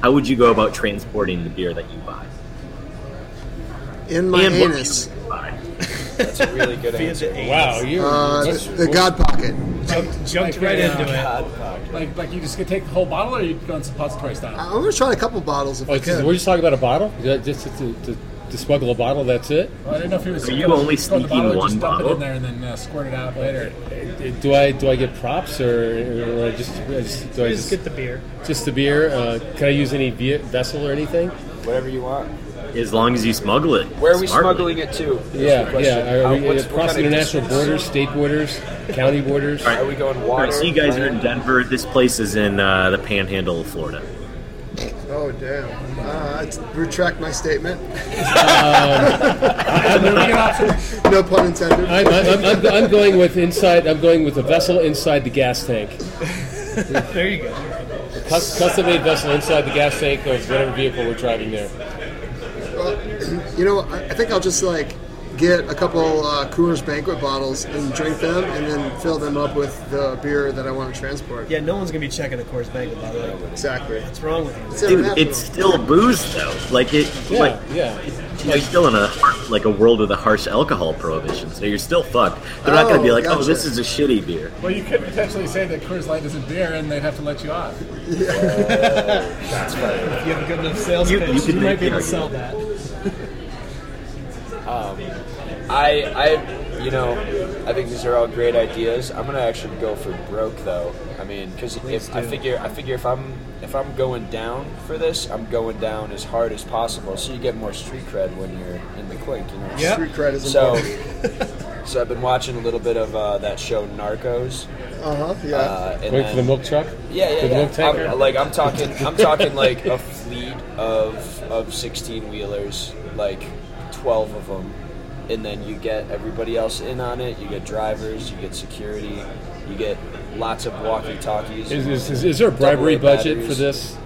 How would you go about transporting the beer that you buy?
In my
And what
anus,
you buy.
That's a really good answer.
Wow, you
uh,
that's-
the, the God pocket.
Jumped, jumped
Okay,
right
yeah.
into it.
God, fuck.
Like, like you just could take the whole bottle, or you go on suppository style.
I'm gonna try a couple bottles if
Oh,
I
it's just-
could.
we're just talking about a bottle. Is that Just to, to, to, to smuggle a bottle. That's it.
Well, I didn't know if he was.
Are you
gonna
only
just go in the
sneaking
bottle and
one
just dump it
bottle?
in there and then uh, squirt it out later.
Do I do I get props or, or I just, I just do I
Just
just
get the beer.
just the beer? Uh, can I use any ve- vessel or anything?
Whatever you want.
As long as you smuggle it.
Where are we
smartly.
smuggling it to? That's the
Yeah,
question.
yeah. Are
How-
we,
what's- what
across
kind of
international
distance?
borders, state borders, county borders?
Are we going
All
water?
right, so you guys are in
land?
Denver. This place is in uh, the Panhandle of Florida.
Oh damn! Uh, I t- retract my statement.
Um,
no pun intended.
I'm, I'm, I'm, I'm going with inside. I'm going with a vessel inside the gas tank.
There you go.
Cus- Custom made vessel inside the gas tank of whatever vehicle we're driving there.
Well, you know, I I think I'll just like get a couple uh, Coors Banquet bottles and drink them, and then fill them up with the beer that I want to transport.
Yeah, no one's gonna be checking the course bank by the way.
exactly.
What's wrong with you?
Dude, it's still booze though. Like it,
Yeah,
like
yeah.
you're still in a like a world with a harsh alcohol prohibition. So you're still fucked. They're not going to be
Oh,
like, oh,
gotcha.
this is a shitty beer.
Well, you could potentially say that Coors Light isn't beer, and they'd have to let you off.
If you have a good enough sales
You-
pitch,
you
you,
could
might
make
be able to
the
sell that.
Um, I, I, you know, I think these are all great ideas. I'm gonna actually go for broke though. I mean, because if I figure, I figure if I'm if I'm going down for this, I'm going down as hard as possible. So you get more street cred when you're in the clink, you know.
Yeah.
Street cred is
So
important.
So I've been watching a little bit of uh, that show Narcos.
Uh huh. Yeah.
Uh, and
Wait for the
then-
milk truck.
Yeah, yeah,
For the milk
yeah.
tanker.
I'm, like I'm talking, I'm talking like a fleet of of 16 wheelers, like 12 of them, and then you get everybody else in on it. You get drivers, you get security, you get lots of walkie-talkies.
Is, is, is, is there a bribery
Double A
budget
batteries.
for this?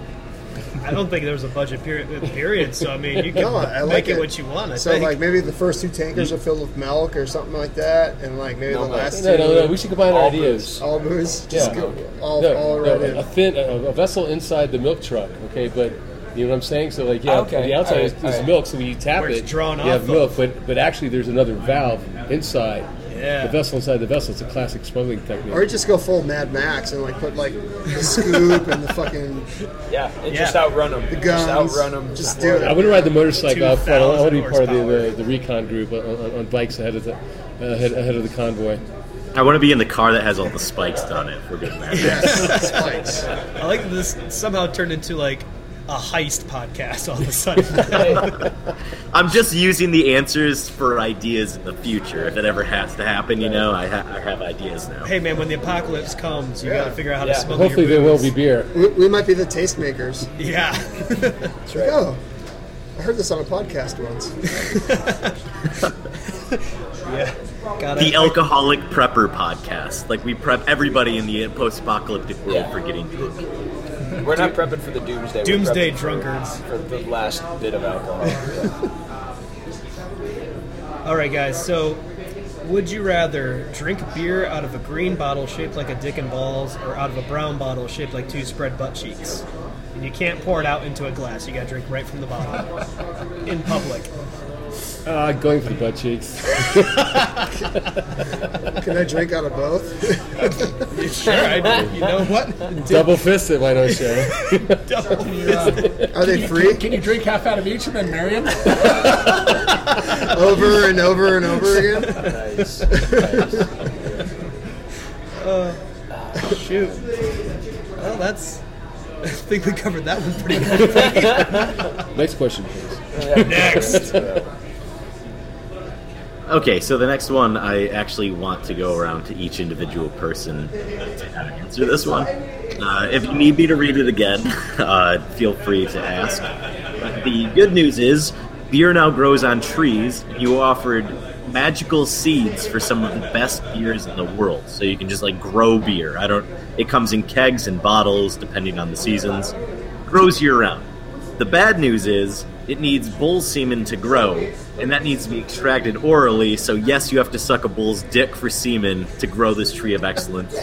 I don't think there was a budget period. Period. So I mean, you can
No, I like
make it. what you want. I
so
think.
like maybe the first two tankers are filled with milk or something like that, and like maybe
No,
the
no.
last
No,
two
no, no. We should combine our
All
ideas.
booze.
all booze, just
Yeah.
go all,
no,
all
no,
right in.
a thin a, a vessel inside the milk truck. Okay, but you know what I'm saying. So like, yeah,
Okay,
the outside
alright,
is, is
alright.
milk. So when you tap
Where
it,
it's drawn
you
off
have
of.
milk. But but actually, there's another valve inside
Yeah.
the vessel inside the vessel. It's a classic smuggling technique.
Or just go full Mad Max and like put like the scoop and the fucking
Yeah, and
Yeah.
just outrun them.
the guns.
just outrun them.
Just do
I
it.
want to ride the motorcycle out front. I want to be
2,000
part of the,
horsepower.
the, the recon group on, on, on bikes ahead of the ahead, ahead of the convoy.
I want to be in the car that has all the spikes on it. We're good, man.
Yes, spikes.
I like that this somehow turned into like a heist podcast all of a sudden.
I'm just using the answers for ideas in the future. If it ever has to happen, you know, I, ha- I have ideas now.
hey man, when the apocalypse comes, you
Yeah.
gotta figure out how
Yeah.
to smuggle
Hopefully,
your
there will
booze.
be beer.
We, we might be the tastemakers.
Yeah.
That's right.
Oh, I heard this on a podcast once.
yeah. Gotta,
The Alcoholic Prepper Podcast. Like, we prep everybody in the post apocalyptic world
Yeah.
for getting drunk.
We're not prepping for the doomsday. we're
Doomsday
prepping for-
drunkards.
For the last bit of alcohol. Yeah.
All right, guys. So, would you rather drink beer out of a green bottle shaped like a dick and balls, or out of a brown bottle shaped like two spread butt cheeks? And you can't pour it out into a glass. You gotta drink right from the bottle in public.
Uh, going for the butt cheeks.
Can I drink out of both?
Sure. I, you know what?
Double fisted, why don't you?
Are they free?
Can you drink half out of each and then marry them?
Over and over and over again?
Nice.
Shoot. Well, that's. I think we covered that one pretty good.
Next question, please.
Next.
Okay, so the next one, I actually want to go around to each individual person to have an answer this one. Uh, if you need me to read it again, uh, feel free to ask. But the good news is, beer now grows on trees. You offered magical seeds for some of the best beers in the world, so you can just like grow beer. I don't. It comes in kegs and bottles depending on the seasons. Grows year round. The bad news is it needs bull semen to grow, and that needs to be extracted orally. So yes, you have to suck a bull's dick for semen to grow this tree of excellence.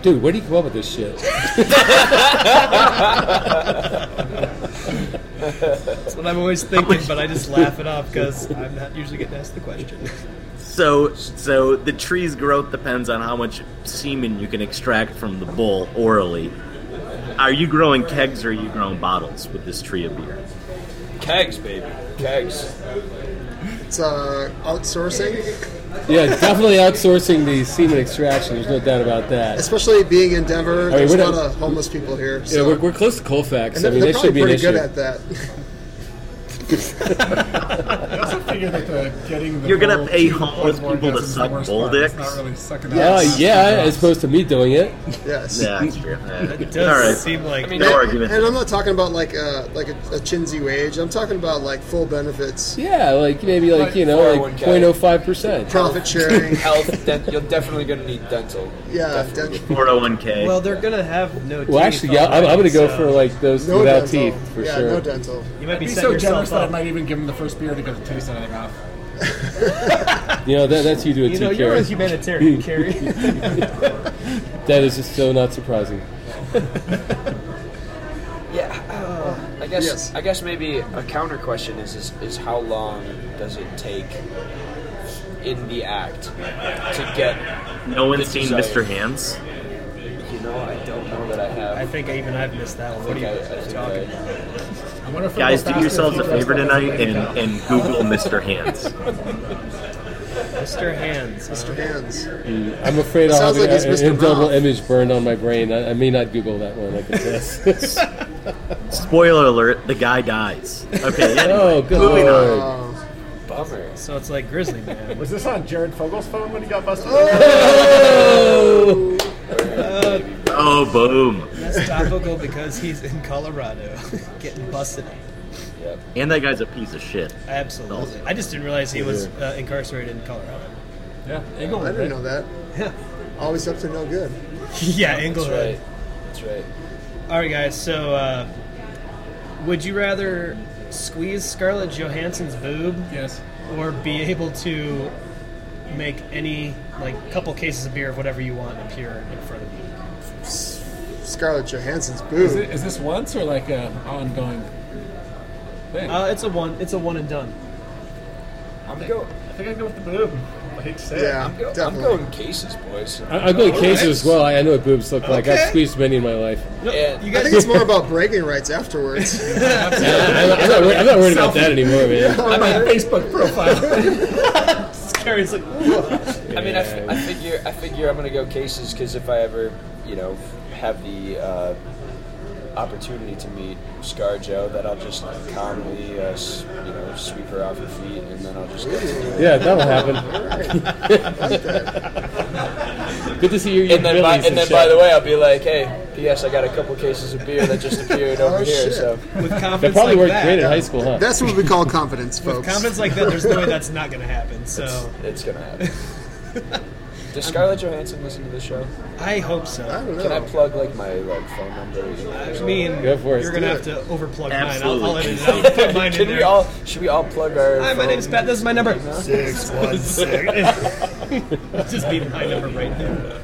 Dude, where do you come up with this shit?
That's what I'm always thinking, but I just laugh it off because I'm not usually getting asked the question.
So, so the tree's growth depends on how much semen you can extract from the bull orally. Are you growing kegs or are you growing bottles with this tree of beer?
Kegs, baby. Kegs.
It's uh, outsourcing,
Yeah, definitely outsourcing the semen extraction. There's no doubt about that.
especially being in Denver.
right,
There's
Oh, we're
a lot
not-
of homeless people here.
Yeah,
So.
we're, we're close to Colfax.
and they're,
I mean,
they're
that should
probably
be an
pretty
issue.
good at that.
I also figure that the getting the
You're gonna
bull
pay
to the
homeless
fourth
people to
orgasm is the
suck
worst
bull
part. It's
dicks?
Not really sucking
Uh,
that
yeah,
much.
as opposed to me doing it.
yes.
Yeah, that's true. Yeah.
It does
All right.
seem like
No
And-
argument.
And I'm not talking about like a like a, a chinsey wage. I'm talking about like full benefits,
Yeah, like maybe like, you know, like
401k.
0.05%.
profit sharing.
Health. Dent- you're definitely gonna need dental.
yeah,
Definitely.
dent-
401k.
Well, they're gonna have no.
Well, actually, yeah, I'm, I'm going to go for like those
no
without
dental.
teeth for
yeah,
sure.
no dental.
You might
I'd
be
be
setting
so generous
yourself
that I
up.
might even give him the first beer to get the taste out of their mouth.
You know, that, that's you do a
You know,
teeth
you're a
carry.
humanitarian, Carrie.
That is just so not surprising.
Yeah. Uh, I guess.
Yes.
I guess maybe a counter question is, is is how long does it take in the act to get?
no one's seen
Desire.
Mr. Hands.
You know, I don't know that I have.
I think even I've missed that one. What are
Okay, I
you
think
talking
I-
about?
I wonder if
Guys,
it'll
do
go faster
yourselves
if
a
he does
favor
that
tonight
as a
and,
makeup.
and Google Mr. Hands.
Mr. Hands.
Mr. Hands.
I'm afraid I'll
Sounds
have
like it's
a-
Mr.
an indelible
Ralph.
image burned on my brain. I, I may not Google that one, I confess.
Spoiler alert: the guy dies. Okay.
oh,
anyway.
good lord.
Uh,
Bummer.
So it's like Grizzly Man.
Was this on Jared Fogel's phone when he got busted?
Oh, boom.
That's topical because he's in Colorado getting busted up.
Yep.
And that guy's a piece of shit.
Absolutely. I just didn't realize he was uh, incarcerated in Colorado.
Yeah,
I
England.
didn't know that.
Yeah.
Always up to no good.
yeah,
That's
Englewood.
right. That's right.
All right, guys. So, uh, would you rather squeeze Scarlett Johansson's boob
Yes.
or be able to make any like couple cases of beer of whatever you want appear in front of you?
Scarlett Johansson's
Is,
boob.
it, is this once or like an ongoing thing?
Uh, it's a one. It's a one and done.
I'm go.
I think I go with the boob. I hate to say
Yeah,
I'm, go, I'm
definitely.
going cases, boys.
I, I've been
All
cases
right.
as well. I, I know what boobs look like.
Okay.
I've squeezed many in my life.
No,
Yeah.
you
I
guys.
think it's more about breaking rights afterwards.
I, am not, worried, I'm not worried about that anymore, man.
I'm on a Facebook profile.
Carrie's like,
I mean, I, f- I figure I figure I'm gonna go cases because if I ever, you know, have the uh, opportunity to meet ScarJo, that I'll just calmly, uh, s- you know, sweep her off her feet, and then I'll just. Continue.
Yeah, that'll happen. Good to see you.
And then, by, and then by the way, I'll be like, hey, P.S. I got a couple cases of beer that just appeared over
Oh,
here.
shit.
So
with confidence
that probably
like
worked
that.
great in high school, huh?
That's what we call confidence, folks.
Confidence like that, there's no way that's not going to happen. So
it's gonna happen. Does Scarlett Johansson listen to the show?
I hope
I
so.
don't
Can I
know.
plug like my like phone number? or
I
something?
mean,
Go for it.
you're going to have
Do
to
it.
overplug mine. I'll, I'll
Absolutely.
edit it out. Put mine in
Can
there.
we all? Should we all plug our?
Hi, my
phone?
name's Pat. This is my number.
Six, one, six.
Just be my number right there.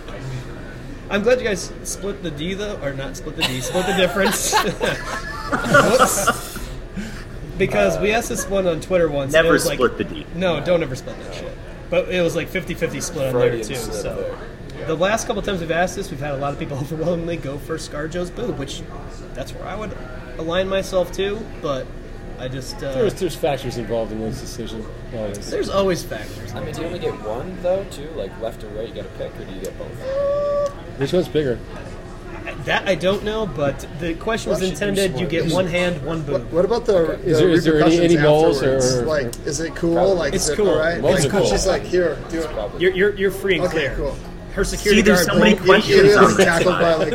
I'm glad you guys split the D though, or not split the D, split the difference. Whoops. Because we asked this one on Twitter once. and it
Never
was like,
split the D.
No, don't ever split that shit. But it was like 50-50 split on there
Freudian
too.
slip
So the last couple times we've asked this, we've had a lot of people overwhelmingly go for ScarJo's boob, which that's where I would align myself to. But I just uh,
There's,
there's,
there's factors involved in one's decision. Oh, Always.
always factors.
I mean, do you only get one though, too? Like left or right, you gotta pick, or do you get both?
Which one's bigger?
That I don't know, but the question was
Why should you
intended: you
split?
get one hand, one boob.
What about the, the
Is there- is there any- any
repercussions
moles or-
afterwards?
or-
like, is it cool? Like,
It's
is it
cool.
all right?
Moles
Like,
are cool.
She's like, here, do it.
Probably.
You're, you're, you're free and
Okay,
clear.
cool.
Her security
See, there's so
guard.
many
will-
questions
It
on
was
this
tackled
one.
by like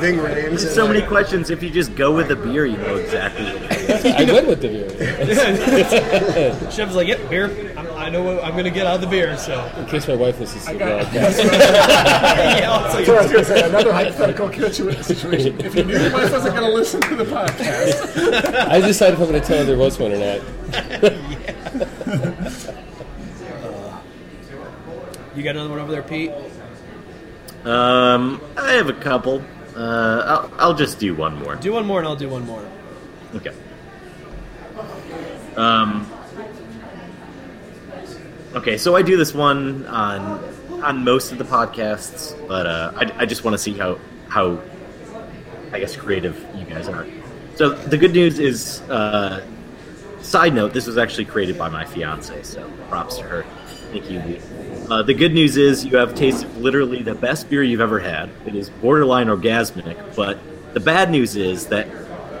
Ving Rhames. and,
So many
like,
questions. If you just go with the beer, you know exactly. what it is.
I went with the beer.
Chef's like, yep, beer. I'm, I know what I'm gonna get out of the beer. So
In case my wife listens to the
got-
podcast.
yeah, it's
So I
like,
was going to say another hypothetical situa- situation. If you knew
Your wife wasn't going to listen to the podcast.
I decided if I'm going to tell her there was one or not.
you got another one over there, Pete.
Um, I have a couple. Uh, I'll, I'll just do one more.
Do one more, and I'll do one more.
Okay. Um. Okay, so I do this one on on most of the podcasts, but uh, I, I just want to see how how I guess creative you guys are. So the good news is, uh, side note, this was actually created by my fiance, so props to her. Thank you. Lee. Uh, the good news is you have tasted literally the best beer you've ever had. It is borderline orgasmic, but the bad news is that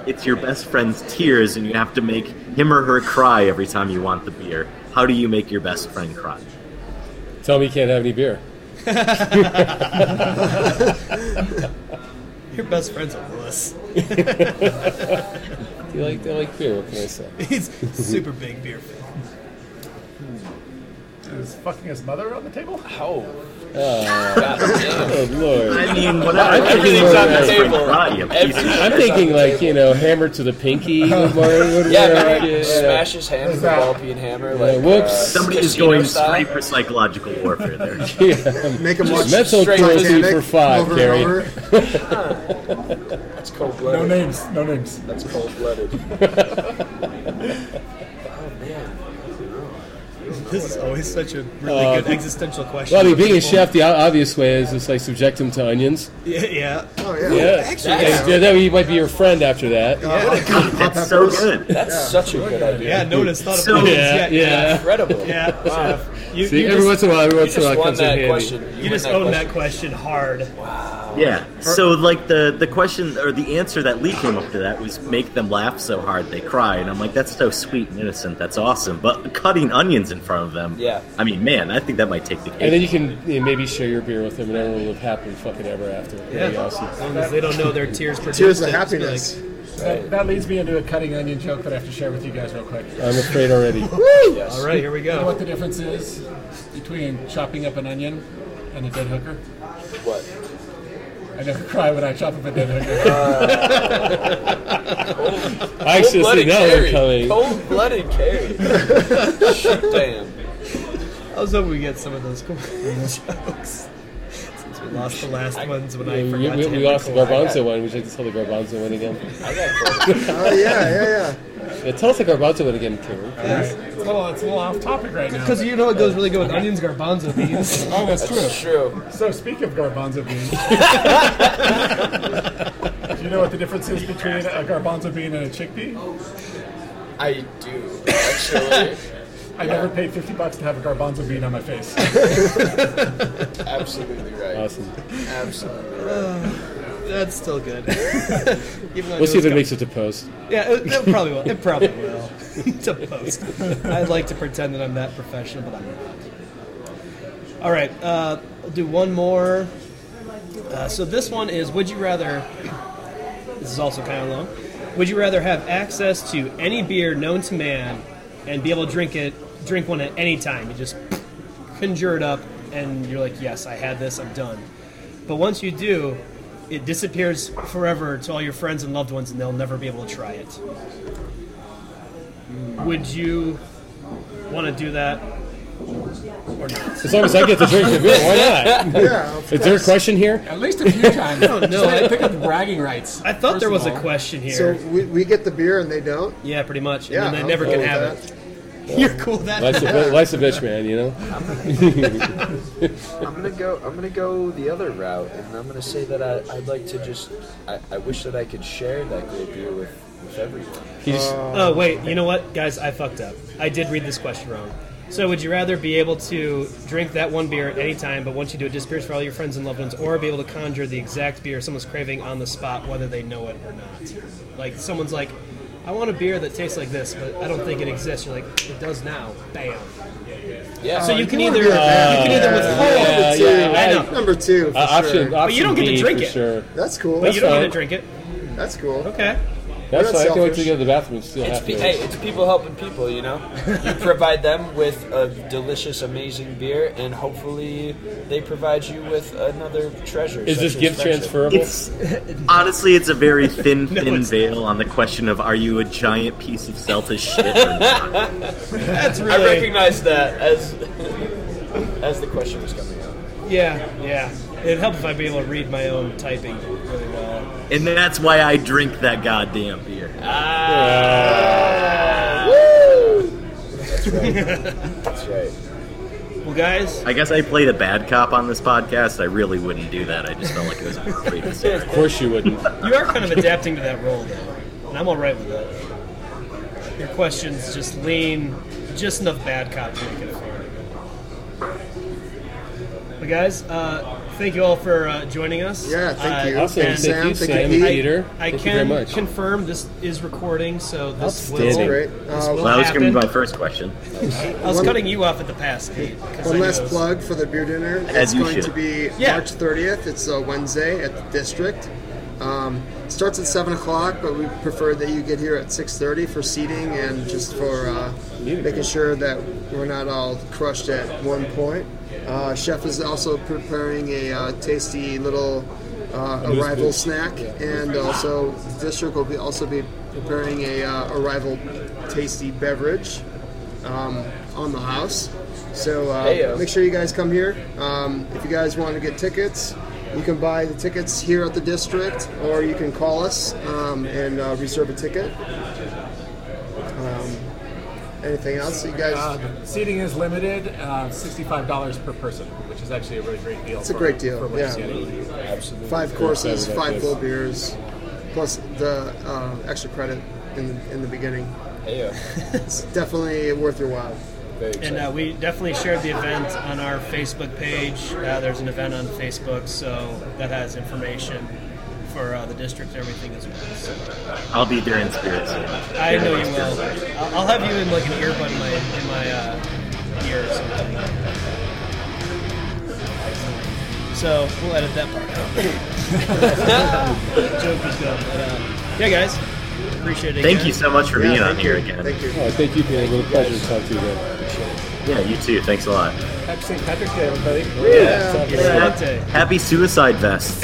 it's your best friend's tears, and you have to make him or her cry every time you want the beer. How do you make your best friend cry?
Tell me you can't have any beer.
Your best friend's a wuss.
You like, I like beer. What can I say?
He's a super big beer fan.
is fucking his mother on the table?
Oh,
Oh, Lord.
I mean, whatever.
I'm thinking
Everything's on the
more like-
table. Cry, you piece of
Everything-
shit.
I'm thinking, like, you know, hammer to the pinky. Would Mario would
yeah,
wear, you
maybe
know.
smash his hand with a
that?
ball peen hammer. Like,
whoops.
uh,
Somebody is
casino
going
style.
straight for psychological warfare there.
Make them watch
Mental
Straight
cruelty
Titanic
for five,
over
Gary.
and over.
That's cold
No
blooded.
names. No names.
That's cold blooded.
This is always such a really good existential question.
Uh, Well, I mean,
for
being a
people.
chef, the o- obvious way is just like subject him to onions.
Yeah, yeah.
Oh yeah. Oh,
Yeah, yeah. yeah, that way you might be your friend after that.
God, that's so good.
That's such a good idea.
Yeah, no one has thought
So-
about this
Yeah, yeah.
yet.
Incredible.
Yeah, Chef. You,
See,
you
every
just,
once in a while, every
You
once in a
just
while, it
won
comes in
that
handy.
question.
you just
won
own that question hard.
Yeah. So like the the question or the answer that Lee came up to that was make them laugh so hard they cry, and I'm like, that's so sweet and innocent. That's awesome. But cutting onions in front of them.
Yeah.
I mean, man, I think that might take the cake.
And then you can you know, maybe share your beer with them, and everyone will live happily fucking ever after. It'll be
Yeah.
awesome.
As long as they don't know their tears produced
Tears of
it, it's like-
happiness.
That, that leads me into a cutting onion joke that I have to share with you guys real quick.
I'm afraid already.
All right, here we
You know what
go.
the difference is between chopping up an onion and a dead hooker?
What?
I never cry when I chop up a dead hooker.
I actually know they're coming.
Cold blooded Carrie. Shoot, damn.
I was hoping we get some of those cool jokes. Since we lost the last ones when I
We,
forgot
we,
to
we
hit
lost the
record.
garbanzo one. Would you like to tell the garbanzo one again?
I got cold.
Oh yeah, yeah, yeah.
Yeah, tell us the garbanzo one again, Karen.
it's, a little, it's a little off topic right now.
Because you know it goes really good with onions, garbanzo beans.
Oh, that's true.
It's true.
So, speak of garbanzo beans. Do you know what the difference is between a garbanzo bean and a
Oh,
chickpea?
I do, actually.
I never paid 50 bucks to have a garbanzo bean on my face.
Absolutely right.
Awesome.
Absolutely right.
That's still good. Even though I
We'll see
know
if it
it's
makes it to post.
got- Yeah, it, it probably will. It probably will. to post. I'd like to pretend that I'm that professional, but I'm not. All right, uh, I'll do one more. Uh, so this one is: Would you rather? This is also kind of long. Would you rather have access to any beer known to man and be able to drink it, drink one at any time? You just conjure it up, and you're like, "Yes, I had this. I'm done." But once you do, it disappears forever to all your friends and loved ones, and they'll never be able to try it. Would you want to do that or not?
As long as I get to drink the beer, why not?
Yeah, of
Is there a
course.
question here?
At least a few times.
don't know.
I pick up the bragging rights.
I thought
first
there
of
was a
all.
question
So
here.
we, we get the beer and they don't.
yeah, pretty much. And
Yeah,
then they
I'm
never
cool
can
with
have
that.
it. You're cool with that.
Life's a, bi- life's a bitch, man, you know?
I'm gonna go. I'm gonna go the other route, and I'm gonna say that I, I'd like to just. I, I wish that I could share that great beer with, with everyone.
You just-
Oh wait, you know what, guys? I fucked up. I did read this question wrong. So, would you rather be able to drink that one beer at any time, but once you do, it disappears for all your friends and loved ones, or be able to conjure the exact beer someone's craving on the spot, whether they know it or not? Like someone's like, "I want a beer that tastes like this, but I don't think it exists." You're like, "It does now." Bam.
Yeah.
So
Uh,
you can either
wanna be like that.
you can either
Yeah.
withhold,
Yeah,
Two.
yeah, I-
know.
Number two. For
uh, option,
Sure.
option
you don't get to
B
drink
for
it.
sure.
That's cool.
but you don't
fine.
get to drink it.
That's cool.
Okay.
That's
You're
why
not
I can't wait to
selfish.
go to the bathroom and still
It's
have
pe-
to.
hey, it's people helping people, you know. You provide them with a delicious, amazing beer, and hopefully they provide you with another treasure.
Is
such
this
as
gift
friendship.
transferable?
It's honestly, it's a very thin, thin
it's
veil on the question of are you a giant piece of selfish shit or not?
That's
I
really.
recognize that as as the question was coming up.
yeah, yeah. It'd help if I'd be able to read my own typing really well.
And that's why I drink that goddamn beer.
That's right.
Well, guys,
I guess I played a bad cop on this podcast. I really wouldn't do that. I just felt like it was appropriate to say.
of course you wouldn't.
you are kind of adapting to that role, though, and I'm all right with that. Your questions just lean just enough bad cop to make it fun. But guys, uh, thank you all for uh, joining us.
Yeah,
Uh,
thank you.
Awesome.
Thank you,
Thank
Sam.
you,
Thank
Sam,
you, Pete.
Peter.
I
Thank you
can
very much.
confirm this is recording, so this will.
Outstanding.
Great.
this
Uh,
will
Well, that was going to
happen.
be my first question.
I was
One-
cutting you off at the pass, Pete. 'cause I
One
knew
last
it was-
plug for the beer dinner.
As
It's
you
going
should.
to be
Yeah.
March 30th. It's a Wednesday at the district. Um, starts at seven o'clock, but we prefer that you get here at 6:30 for seating and just for uh, making sure that we're not all crushed at one point. Uh, Chef is also preparing a uh, tasty little uh, arrival
boost.
snack, and also the district will be also be preparing a uh, arrival tasty beverage um, on the house. So uh,
Heyo.
make sure you guys come here. Um, if you guys want to get tickets, you can buy the tickets here at the district, or you can call us um, and uh, reserve a ticket. Um, anything else, you guys?
Uh, the seating is limited, uh, $65 per person, which is actually a really great deal. It's
a great deal,
For what
yeah.
it's getting.
Absolutely.
five courses,
excited about
five
this.
full beers, plus the uh, extra credit in the, in the beginning.
Hey,
It's definitely worth your while.
Very
And
exciting.
uh, we definitely shared the event on our Facebook page. Uh, there's an event on Facebook, so that has information for uh, the district and everything as well. So
I'll be there in spirit. soon.
I know you will. I'll, I'll have you in like an earbud in my in my uh, ear or something. So we'll edit that part out. Joke was done. But, uh, yeah, guys, appreciate it.
Thank
again.
you so much for being
Yeah,
on
thank
here
you.
again.
Thank you.
Oh, thank you, Peter. It was a pleasure to talk to you again.
Yeah, you too. Thanks a lot.
Happy St. Patrick's Day, everybody.
Yeah. Yeah.
Happy suicide vest.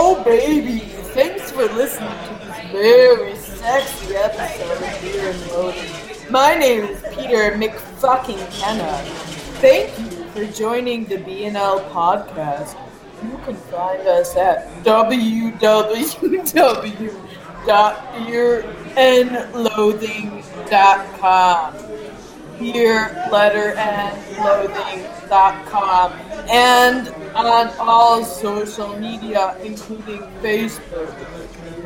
Oh baby, thanks for listening to this very sexy episode of Beer and Loading. My name is Peter McFucking Kenna. Thank you for joining the BNL podcast. You can find us at www.beerandloathing.com beer, letter, and loathing.com, and on all social media, including Facebook,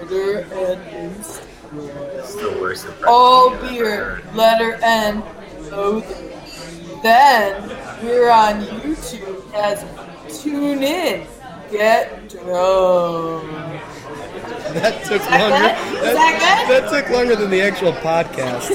Twitter, and Instagram.
the worst impression
All
I've ever
beer,
heard.
letter, and loathing. Then we're on YouTube as Tune In, Get Drunk.
That took
that
longer.
good? Is that
that took longer than the actual podcast.